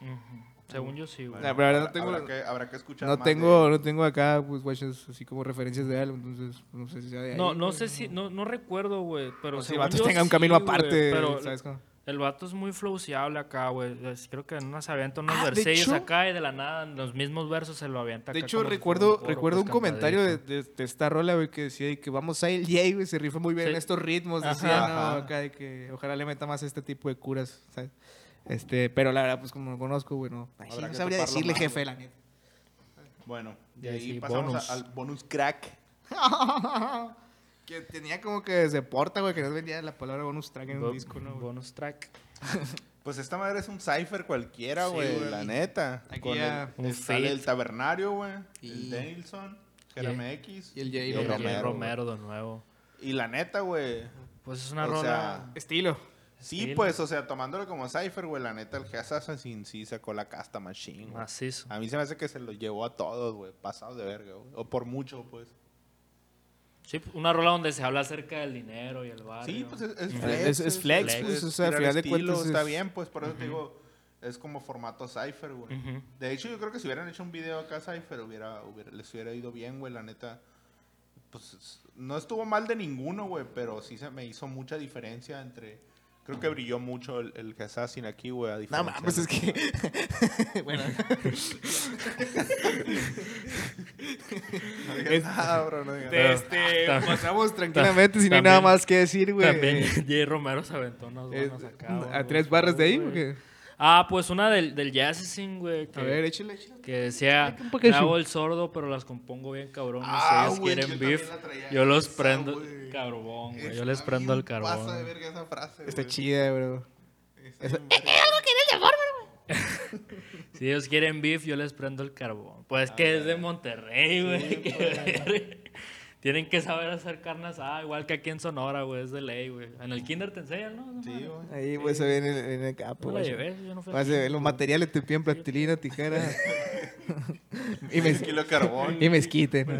Speaker 3: ujú. Según yo sí, güey.
Speaker 5: La verdad no
Speaker 2: Ah, Habrá-
Speaker 5: tengo...
Speaker 2: habrá, que, habrá que escuchar
Speaker 1: No
Speaker 2: más
Speaker 1: tengo, no tengo acá, pues, guachos, así como referencias de algo, entonces, no sé si sea de ahí.
Speaker 3: No, no sé si... No, no recuerdo, güey. Pero
Speaker 1: O si
Speaker 3: según
Speaker 1: vatos
Speaker 3: yo
Speaker 1: tenga un
Speaker 3: Pues sí,
Speaker 1: camino
Speaker 3: güey,
Speaker 1: aparte,
Speaker 3: pero
Speaker 1: ¿sabes cómo?
Speaker 3: El vato es muy flowseable acá, güey. Es- Creo que en unas se avienta unos
Speaker 1: Ah, de
Speaker 3: versillos
Speaker 1: hecho-
Speaker 3: acá y de la nada en los mismos versos se lo avienta
Speaker 1: De
Speaker 3: acá
Speaker 1: hecho,
Speaker 3: como si
Speaker 1: recuerdo,
Speaker 3: fuera coro,
Speaker 1: recuerdo un
Speaker 3: pues,
Speaker 1: comentario de,
Speaker 3: cantadito.
Speaker 1: de, de esta rola, güey, que decía de que vamos a el Jay, güey, se rifa muy bien
Speaker 3: Sí.
Speaker 1: en estos ritmos,
Speaker 3: Ajá.
Speaker 1: decía, ¿no?
Speaker 2: Ajá.
Speaker 1: Acá de que ojalá le meta más este tipo de curas, ¿sabes? Este, pero la verdad, pues, como no conozco, güey, no. Ay, sí,
Speaker 2: Habrá
Speaker 1: no
Speaker 2: que
Speaker 1: sabría
Speaker 2: toparlo
Speaker 1: decirle,
Speaker 2: más,
Speaker 1: jefe, la neta.
Speaker 2: Bueno, de
Speaker 3: Y
Speaker 2: ahí
Speaker 3: sí,
Speaker 2: pasamos
Speaker 3: bonus.
Speaker 2: a- al bonus crack.
Speaker 1: Que tenía como que se porta, güey, que no vendía la palabra bonus track en
Speaker 3: Bo-
Speaker 1: un disco, ¿no? güey?
Speaker 3: Bonus track.
Speaker 2: Pues esta madre es un cipher cualquiera,
Speaker 3: Sí,
Speaker 2: güey,
Speaker 3: güey.
Speaker 2: la neta.
Speaker 1: Aquí
Speaker 2: Con
Speaker 1: ya-
Speaker 2: el,
Speaker 3: Un
Speaker 2: sale
Speaker 3: fit.
Speaker 2: el tabernario, güey,
Speaker 4: Y-
Speaker 2: el Danielson, Jeremy X.
Speaker 1: y el Jay
Speaker 3: Y
Speaker 1: Romero.
Speaker 3: Eh, Romero,
Speaker 2: güey.
Speaker 3: de nuevo.
Speaker 2: Y la neta, güey.
Speaker 3: Pues es una
Speaker 2: o
Speaker 3: rola.
Speaker 2: sea,
Speaker 1: Estilo.
Speaker 2: sí,
Speaker 3: estilo.
Speaker 2: pues, o sea, tomándolo como cipher, güey, la neta, el que Assassin sí sacó la casta machine, güey.
Speaker 3: macizo.
Speaker 2: A mí se me hace que se lo llevó a todos, güey, pasado de verga, güey. O por mucho, pues.
Speaker 3: Sí, una rola donde se habla acerca del dinero y el barrio.
Speaker 2: Sí, pues es, es
Speaker 3: Ujú.
Speaker 2: flex.
Speaker 1: Es- es flex, pues, o sea, al
Speaker 2: tirar
Speaker 1: final de
Speaker 2: estilo,
Speaker 1: cuentas
Speaker 2: Está
Speaker 1: es-
Speaker 2: bien, pues, por eso te digo, es como formato Cypher, güey.
Speaker 3: Ujú.
Speaker 2: De hecho, yo creo que si hubieran hecho un video acá Cypher, hubiera, hubiera- les hubiera ido bien, güey, la neta. Pues es- no estuvo mal de ninguno, güey, pero sí se me hizo mucha diferencia entre... Creo que brilló mucho el, el Assassin aquí, güey, a
Speaker 4: No
Speaker 2: diferencia
Speaker 4: mames,
Speaker 2: del-
Speaker 4: es que. bueno,
Speaker 2: No digas nada, Ah, bro, no digas nada.
Speaker 1: Este,
Speaker 3: Tam-
Speaker 1: pasamos tranquilamente sin
Speaker 3: también-
Speaker 1: nada más que decir, güey.
Speaker 3: También Jay Romero se aventó unas
Speaker 1: Eh,
Speaker 3: buenas acá.
Speaker 1: ¿A
Speaker 3: güey.
Speaker 1: tres barras de ahí?
Speaker 3: Uy.
Speaker 1: ¿o qué?
Speaker 3: Ah, pues una del, del Jazzing, güey.
Speaker 1: A
Speaker 3: que-
Speaker 1: ver, échale, échale.
Speaker 3: Que decía,
Speaker 1: un poquito.
Speaker 3: me hago el sordo, pero las compongo bien, cabrón.
Speaker 2: Ah,
Speaker 3: si
Speaker 2: güey,
Speaker 3: ustedes quieren
Speaker 2: yo
Speaker 3: beef,
Speaker 2: también la traía
Speaker 3: yo los
Speaker 2: esa,
Speaker 3: prendo.
Speaker 2: güey.
Speaker 3: Carbón, güey.
Speaker 2: Es-
Speaker 3: Yo les
Speaker 2: a mí
Speaker 3: prendo el
Speaker 2: me Pasa de
Speaker 3: carbón.
Speaker 2: verga esa frase,
Speaker 1: Está
Speaker 2: güey.
Speaker 1: chida, bro.
Speaker 2: Está bien verga.
Speaker 3: Si ellos quieren beef, yo les prendo el carbón.
Speaker 2: Ah,
Speaker 3: Pues que es de Monterrey, güey. qué verga. Tienen que saber hacer carne asada, igual que aquí en Sonora, güey. Es de ley, güey. En el kinder te enseñan, ¿no?
Speaker 2: Sí, güey.
Speaker 1: Ahí, güey, se ve en el, en el
Speaker 3: Yo
Speaker 1: capo,
Speaker 3: la
Speaker 1: güey.
Speaker 3: llevé, yo no fui
Speaker 1: Vas a ver, los materiales te piden plastilina, tijera. y,
Speaker 2: Un
Speaker 1: mez-
Speaker 2: kilo de carbón.
Speaker 1: y mezquite. ¿no?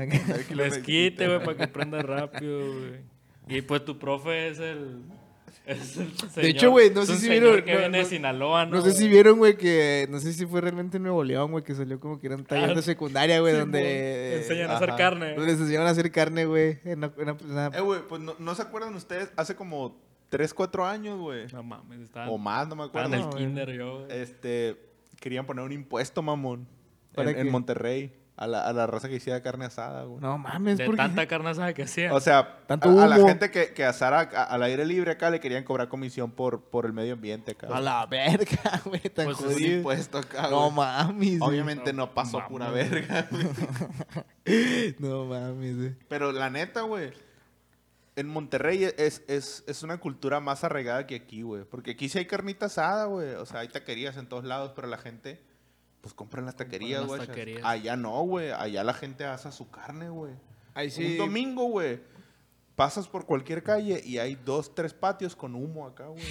Speaker 3: Que les quite, güey, para que prenda rápido, güey. Y pues tu profe es el... es el señor-
Speaker 1: hecho, güey, no
Speaker 3: es
Speaker 1: sé
Speaker 3: un
Speaker 1: si
Speaker 3: señor
Speaker 1: vieron-
Speaker 3: que
Speaker 1: no-
Speaker 3: viene de
Speaker 1: no-
Speaker 3: Sinaloa, ¿no?
Speaker 1: No sé si
Speaker 3: güey?
Speaker 1: vieron, güey, que no sé si fue realmente en Nuevo León, güey, que salió como que era un taller de secundaria, güey,
Speaker 3: Sí,
Speaker 1: donde. eh,
Speaker 3: güey, Enseñan
Speaker 2: ajá.
Speaker 3: a hacer carne.
Speaker 1: Donde se enseñaban a hacer carne, güey. en una- en una- en una-
Speaker 2: Eh, güey, pues no, no se acuerdan ustedes, hace como 3, 4 años, güey.
Speaker 3: No mames, estaban,
Speaker 2: O más, no Eh, me
Speaker 3: estaba
Speaker 2: acuerdo.
Speaker 3: en el kinder yo. güey.
Speaker 2: Este, querían poner un impuesto, mamón. En,
Speaker 1: ¿Para
Speaker 2: en
Speaker 1: qué?
Speaker 2: Monterrey. a la, a la raza que hiciera carne asada, güey.
Speaker 1: No mames,
Speaker 3: de
Speaker 1: porque
Speaker 3: tanta carne asada que hacía.
Speaker 2: O sea,
Speaker 1: Tanto
Speaker 2: a, a la
Speaker 1: humo.
Speaker 2: gente que, que asara a- al aire libre acá le querían cobrar comisión por, por el medio ambiente acá.
Speaker 1: a la verga, güey, tan
Speaker 3: Pues es
Speaker 2: güey. Un
Speaker 1: jodido.
Speaker 2: impuesto acá,
Speaker 1: No
Speaker 2: güey.
Speaker 1: mames. güey.
Speaker 2: Obviamente no pasó
Speaker 3: Mames.
Speaker 2: pura verga. güey.
Speaker 1: No mames, güey.
Speaker 2: Pero la neta, güey. En Monterrey es, es, es una cultura más arraigada que aquí, güey. Porque aquí sí hay carnita asada, güey. O sea, hay taquerías en todos lados, pero la gente, pues compra en las taquerías,
Speaker 3: las
Speaker 2: güey.
Speaker 3: taquerías.
Speaker 2: Allá no, güey. Allá la gente asa su carne, güey.
Speaker 1: Ahí
Speaker 2: Un domingo, güey. Pasas por cualquier calle y hay dos, tres patios con humo acá, güey.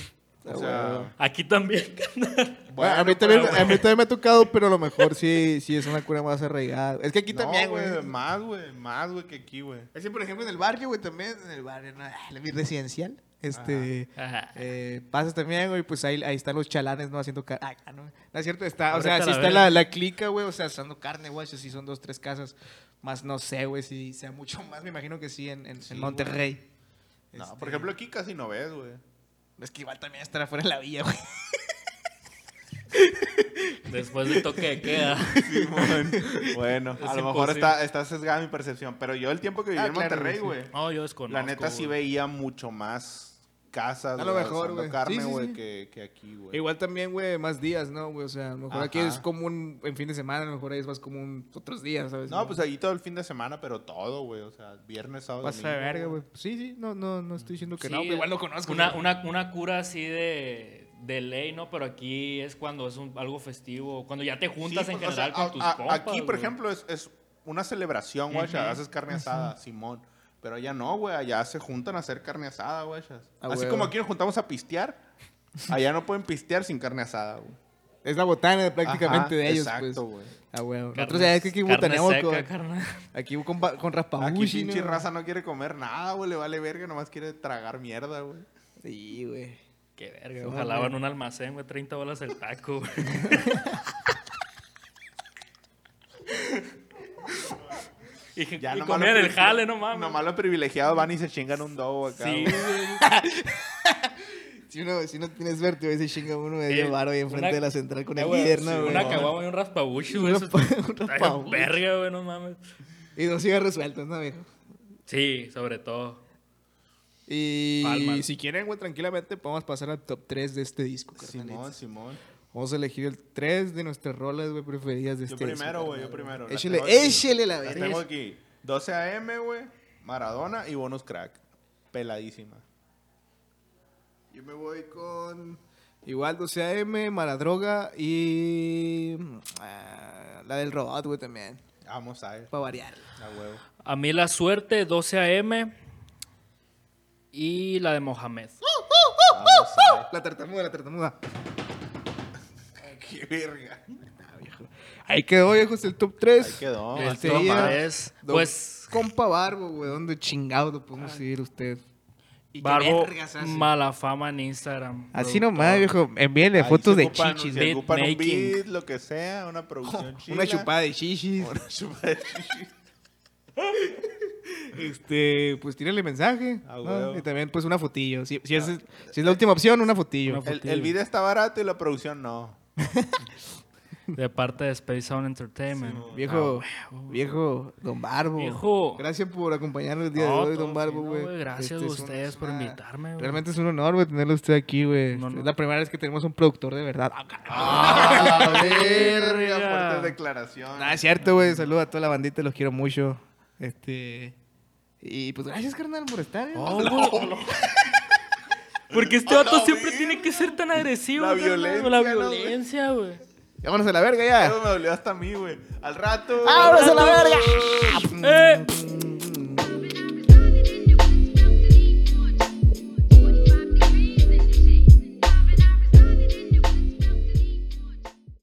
Speaker 2: O
Speaker 1: Ah,
Speaker 2: sea,
Speaker 3: Aquí también.
Speaker 1: Bueno, a, mí también, a mí también me ha tocado, pero a lo mejor sí, sí es una cura más arraigada. Es que aquí también, güey.
Speaker 2: Más, güey. Más, güey, que aquí, güey.
Speaker 4: Es que, por ejemplo, en el barrio, güey, también. En el barrio, no, ah, la
Speaker 1: Mi
Speaker 4: mierda.
Speaker 1: residencial. Este.
Speaker 3: Ajá.
Speaker 1: eh, pasas también, güey, pues ahí, ahí están los chalanes, ¿no? Haciendo carne. no, no es cierto, está, o
Speaker 3: Ahorita
Speaker 1: sea, sí
Speaker 3: la
Speaker 1: está
Speaker 3: veo.
Speaker 1: la, la clica, güey, o sea, haciendo carne, güey, si sí son dos, tres casas. Más no sé, güey, si sea mucho más, me imagino que sí, en, en- en
Speaker 2: Sí,
Speaker 1: Monterrey.
Speaker 2: No,
Speaker 1: Este,
Speaker 2: por ejemplo, aquí casi no ves, güey.
Speaker 1: Es que igual también estará fuera de la villa, güey.
Speaker 3: Después del toque de queda.
Speaker 2: bueno,
Speaker 3: Es
Speaker 2: a lo mejor
Speaker 3: imposible.
Speaker 2: está, está sesgada mi percepción, pero yo el tiempo que viví
Speaker 1: Ah,
Speaker 2: en
Speaker 1: claro,
Speaker 2: Monterrey,
Speaker 1: sí.
Speaker 2: güey,
Speaker 3: No, yo desconozco.
Speaker 2: la neta sí
Speaker 3: güey.
Speaker 2: veía mucho más casas,
Speaker 1: A lo
Speaker 2: güey,
Speaker 1: mejor,
Speaker 2: asando
Speaker 1: güey.
Speaker 2: carne,
Speaker 1: Sí, sí,
Speaker 2: güey,
Speaker 1: sí.
Speaker 2: que, que aquí, güey.
Speaker 1: Igual también, güey, más días, ¿no? Güey, o sea, a lo mejor aquí
Speaker 2: pues. Ajá.
Speaker 1: es común en fin de semana, a lo mejor ahí es más común otros días, ¿sabes?
Speaker 2: No, pues ahí todo el fin de semana, pero todo, güey, o sea, viernes, sábado,
Speaker 1: Pasa de
Speaker 2: domingo,
Speaker 1: verga, güey. Sí, sí, no, no, no estoy diciendo que
Speaker 3: Sí,
Speaker 1: no, pero igual lo conozco.
Speaker 3: Una,
Speaker 1: güey.
Speaker 3: una, una cura así de, de ley, ¿no? Pero aquí es cuando es un- algo festivo. Cuando ya te juntas
Speaker 2: Sí,
Speaker 3: en
Speaker 2: pues, o sea,
Speaker 3: general
Speaker 2: a-
Speaker 3: con tus
Speaker 2: a-
Speaker 3: compas.
Speaker 2: Aquí, por
Speaker 3: güey.
Speaker 2: ejemplo, es, es una celebración, güey, ya haces carne asada, Simón. Pero allá no, güey, allá se juntan a hacer carne asada, güey. ya.
Speaker 1: Ah,
Speaker 2: Así
Speaker 1: güey.
Speaker 2: como aquí nos juntamos a pistear, allá no pueden pistear sin carne asada, güey.
Speaker 1: Es la botana prácticamente
Speaker 2: Ajá,
Speaker 1: de ellos, pues.
Speaker 2: Exacto, güey.
Speaker 1: Ah, güey. Nosotros
Speaker 3: Carnes-
Speaker 1: ya es que aquí
Speaker 3: carne
Speaker 1: botaneamos
Speaker 3: seca,
Speaker 1: con,
Speaker 3: carne-
Speaker 1: aquí con, pa- con
Speaker 2: Aquí
Speaker 1: raspabushi,
Speaker 2: pinche
Speaker 1: ¿no?
Speaker 2: raza no quiere comer nada, güey. Le vale verga, nomás quiere tragar mierda, güey.
Speaker 1: Sí, güey.
Speaker 3: Qué verga. Ojalá van a un almacén, güey. 30 bolas el taco, güey. Y,
Speaker 2: Ya
Speaker 3: y
Speaker 2: nomás
Speaker 3: comer
Speaker 2: lo
Speaker 3: el
Speaker 2: privile-
Speaker 3: jale, no mames.
Speaker 2: Nomás los privilegiados van y se chingan un dogo acá.
Speaker 3: Sí,
Speaker 2: güey.
Speaker 1: Si uno, si uno tienes vértigo, ese chinga uno de
Speaker 3: Eh,
Speaker 1: ellos varo ahí enfrente
Speaker 3: una-
Speaker 1: de la central con
Speaker 3: Eh,
Speaker 1: el
Speaker 3: güey,
Speaker 1: líder,
Speaker 3: sí,
Speaker 1: ¿no, güey?
Speaker 3: Una caguama y un raspabuchi, güey. Eso
Speaker 1: raspa-
Speaker 3: está-
Speaker 1: un
Speaker 3: está bien
Speaker 1: raspabuchi.
Speaker 3: Verga, güey, no mames.
Speaker 1: Y dos cigarros sueltos, ¿no, viejo?
Speaker 3: Sí, sobre todo.
Speaker 1: Y
Speaker 3: Palmas.
Speaker 1: si quieren, güey, tranquilamente podemos pasar al top 3 de este disco, carnalitos.
Speaker 2: Simón, Simón.
Speaker 1: Vamos a elegir el 3 de nuestras rolas, güey, preferidas de
Speaker 2: Yo
Speaker 1: este
Speaker 2: primero,
Speaker 1: disco,
Speaker 2: güey,
Speaker 1: carnal.
Speaker 2: yo primero. Las
Speaker 1: Échale,
Speaker 2: tengo aquí.
Speaker 1: échale la
Speaker 2: Las
Speaker 1: verga.
Speaker 2: tengo aquí. 12 AM, güey. Maradona y bonus crack. Peladísima.
Speaker 4: Yo me voy con.
Speaker 1: Igual 12 AM, Maladroga y. mm, ah, la del robot, güey, también.
Speaker 2: Vamos a ver.
Speaker 1: Para variar.
Speaker 2: A huevo.
Speaker 3: A mí la suerte, 12 AM. Y la de Mohamed.
Speaker 2: Vamos a ver.
Speaker 1: La tartamuda, la tartamuda.
Speaker 2: Qué verga.
Speaker 1: Ahí quedó, viejo, es el top 3.
Speaker 2: Ahí quedó.
Speaker 3: El
Speaker 1: Este
Speaker 3: top
Speaker 1: día,
Speaker 3: tres,
Speaker 1: don
Speaker 3: pues
Speaker 1: Compa Barbo, güey, ¿dónde chingado lo
Speaker 2: Ah.
Speaker 1: podemos seguir usted?
Speaker 3: Barbo
Speaker 4: vergas hace?
Speaker 3: mala fama en Instagram.
Speaker 1: Así nomás, viejo, envíenle
Speaker 2: Ahí
Speaker 1: fotos
Speaker 2: se
Speaker 1: de
Speaker 2: ocupan-
Speaker 1: chichis.
Speaker 2: Se
Speaker 3: beat
Speaker 2: ocupan un
Speaker 3: making.
Speaker 2: beat, lo que sea, una producción chida.
Speaker 1: Una chupada de chichis.
Speaker 2: Una chupada de chichis.
Speaker 1: Este, pues tírale mensaje.
Speaker 2: Ah,
Speaker 1: ¿no?
Speaker 2: huevo. Ah,
Speaker 1: Y también, pues, una fotillo. Si, si es, si es la última opción, una fotillo.
Speaker 3: Una
Speaker 2: El, el video está barato y la producción no.
Speaker 3: De parte de Space Sound Entertainment.
Speaker 1: Viejo,
Speaker 2: Ah,
Speaker 1: viejo, don Barbo.
Speaker 3: Viejo.
Speaker 1: Gracias por acompañarnos el día
Speaker 3: No,
Speaker 1: de hoy,
Speaker 3: todo
Speaker 1: don Barbo,
Speaker 3: fino,
Speaker 1: güey. Este
Speaker 3: güey. Gracias a
Speaker 1: es una-
Speaker 3: ustedes
Speaker 1: es
Speaker 3: por
Speaker 1: una-
Speaker 3: invitarme, güey.
Speaker 1: Realmente es un honor, güey, tenerlo usted aquí, güey.
Speaker 3: No, no.
Speaker 1: Es la primera vez que tenemos un productor de verdad.
Speaker 2: ¡Ah,
Speaker 3: verga!
Speaker 2: Fuertes declaraciones.
Speaker 1: Nada, es cierto, güey. Saludos a toda la bandita, los quiero mucho. Este. Y pues gracias, carnal, por estar. güey.
Speaker 3: Oh, güey. Porque
Speaker 1: Ah,
Speaker 3: este vato siempre tiene que ser tan agresivo.
Speaker 2: La
Speaker 3: carnal,
Speaker 2: violencia,
Speaker 3: La
Speaker 2: ¿no, güey?
Speaker 3: violencia, güey.
Speaker 1: Vámonos a la verga ya. Ah,
Speaker 2: Eso me dolió hasta a mí, güey. Al rato.
Speaker 1: ¡Vámonos a la verga!
Speaker 3: Eh.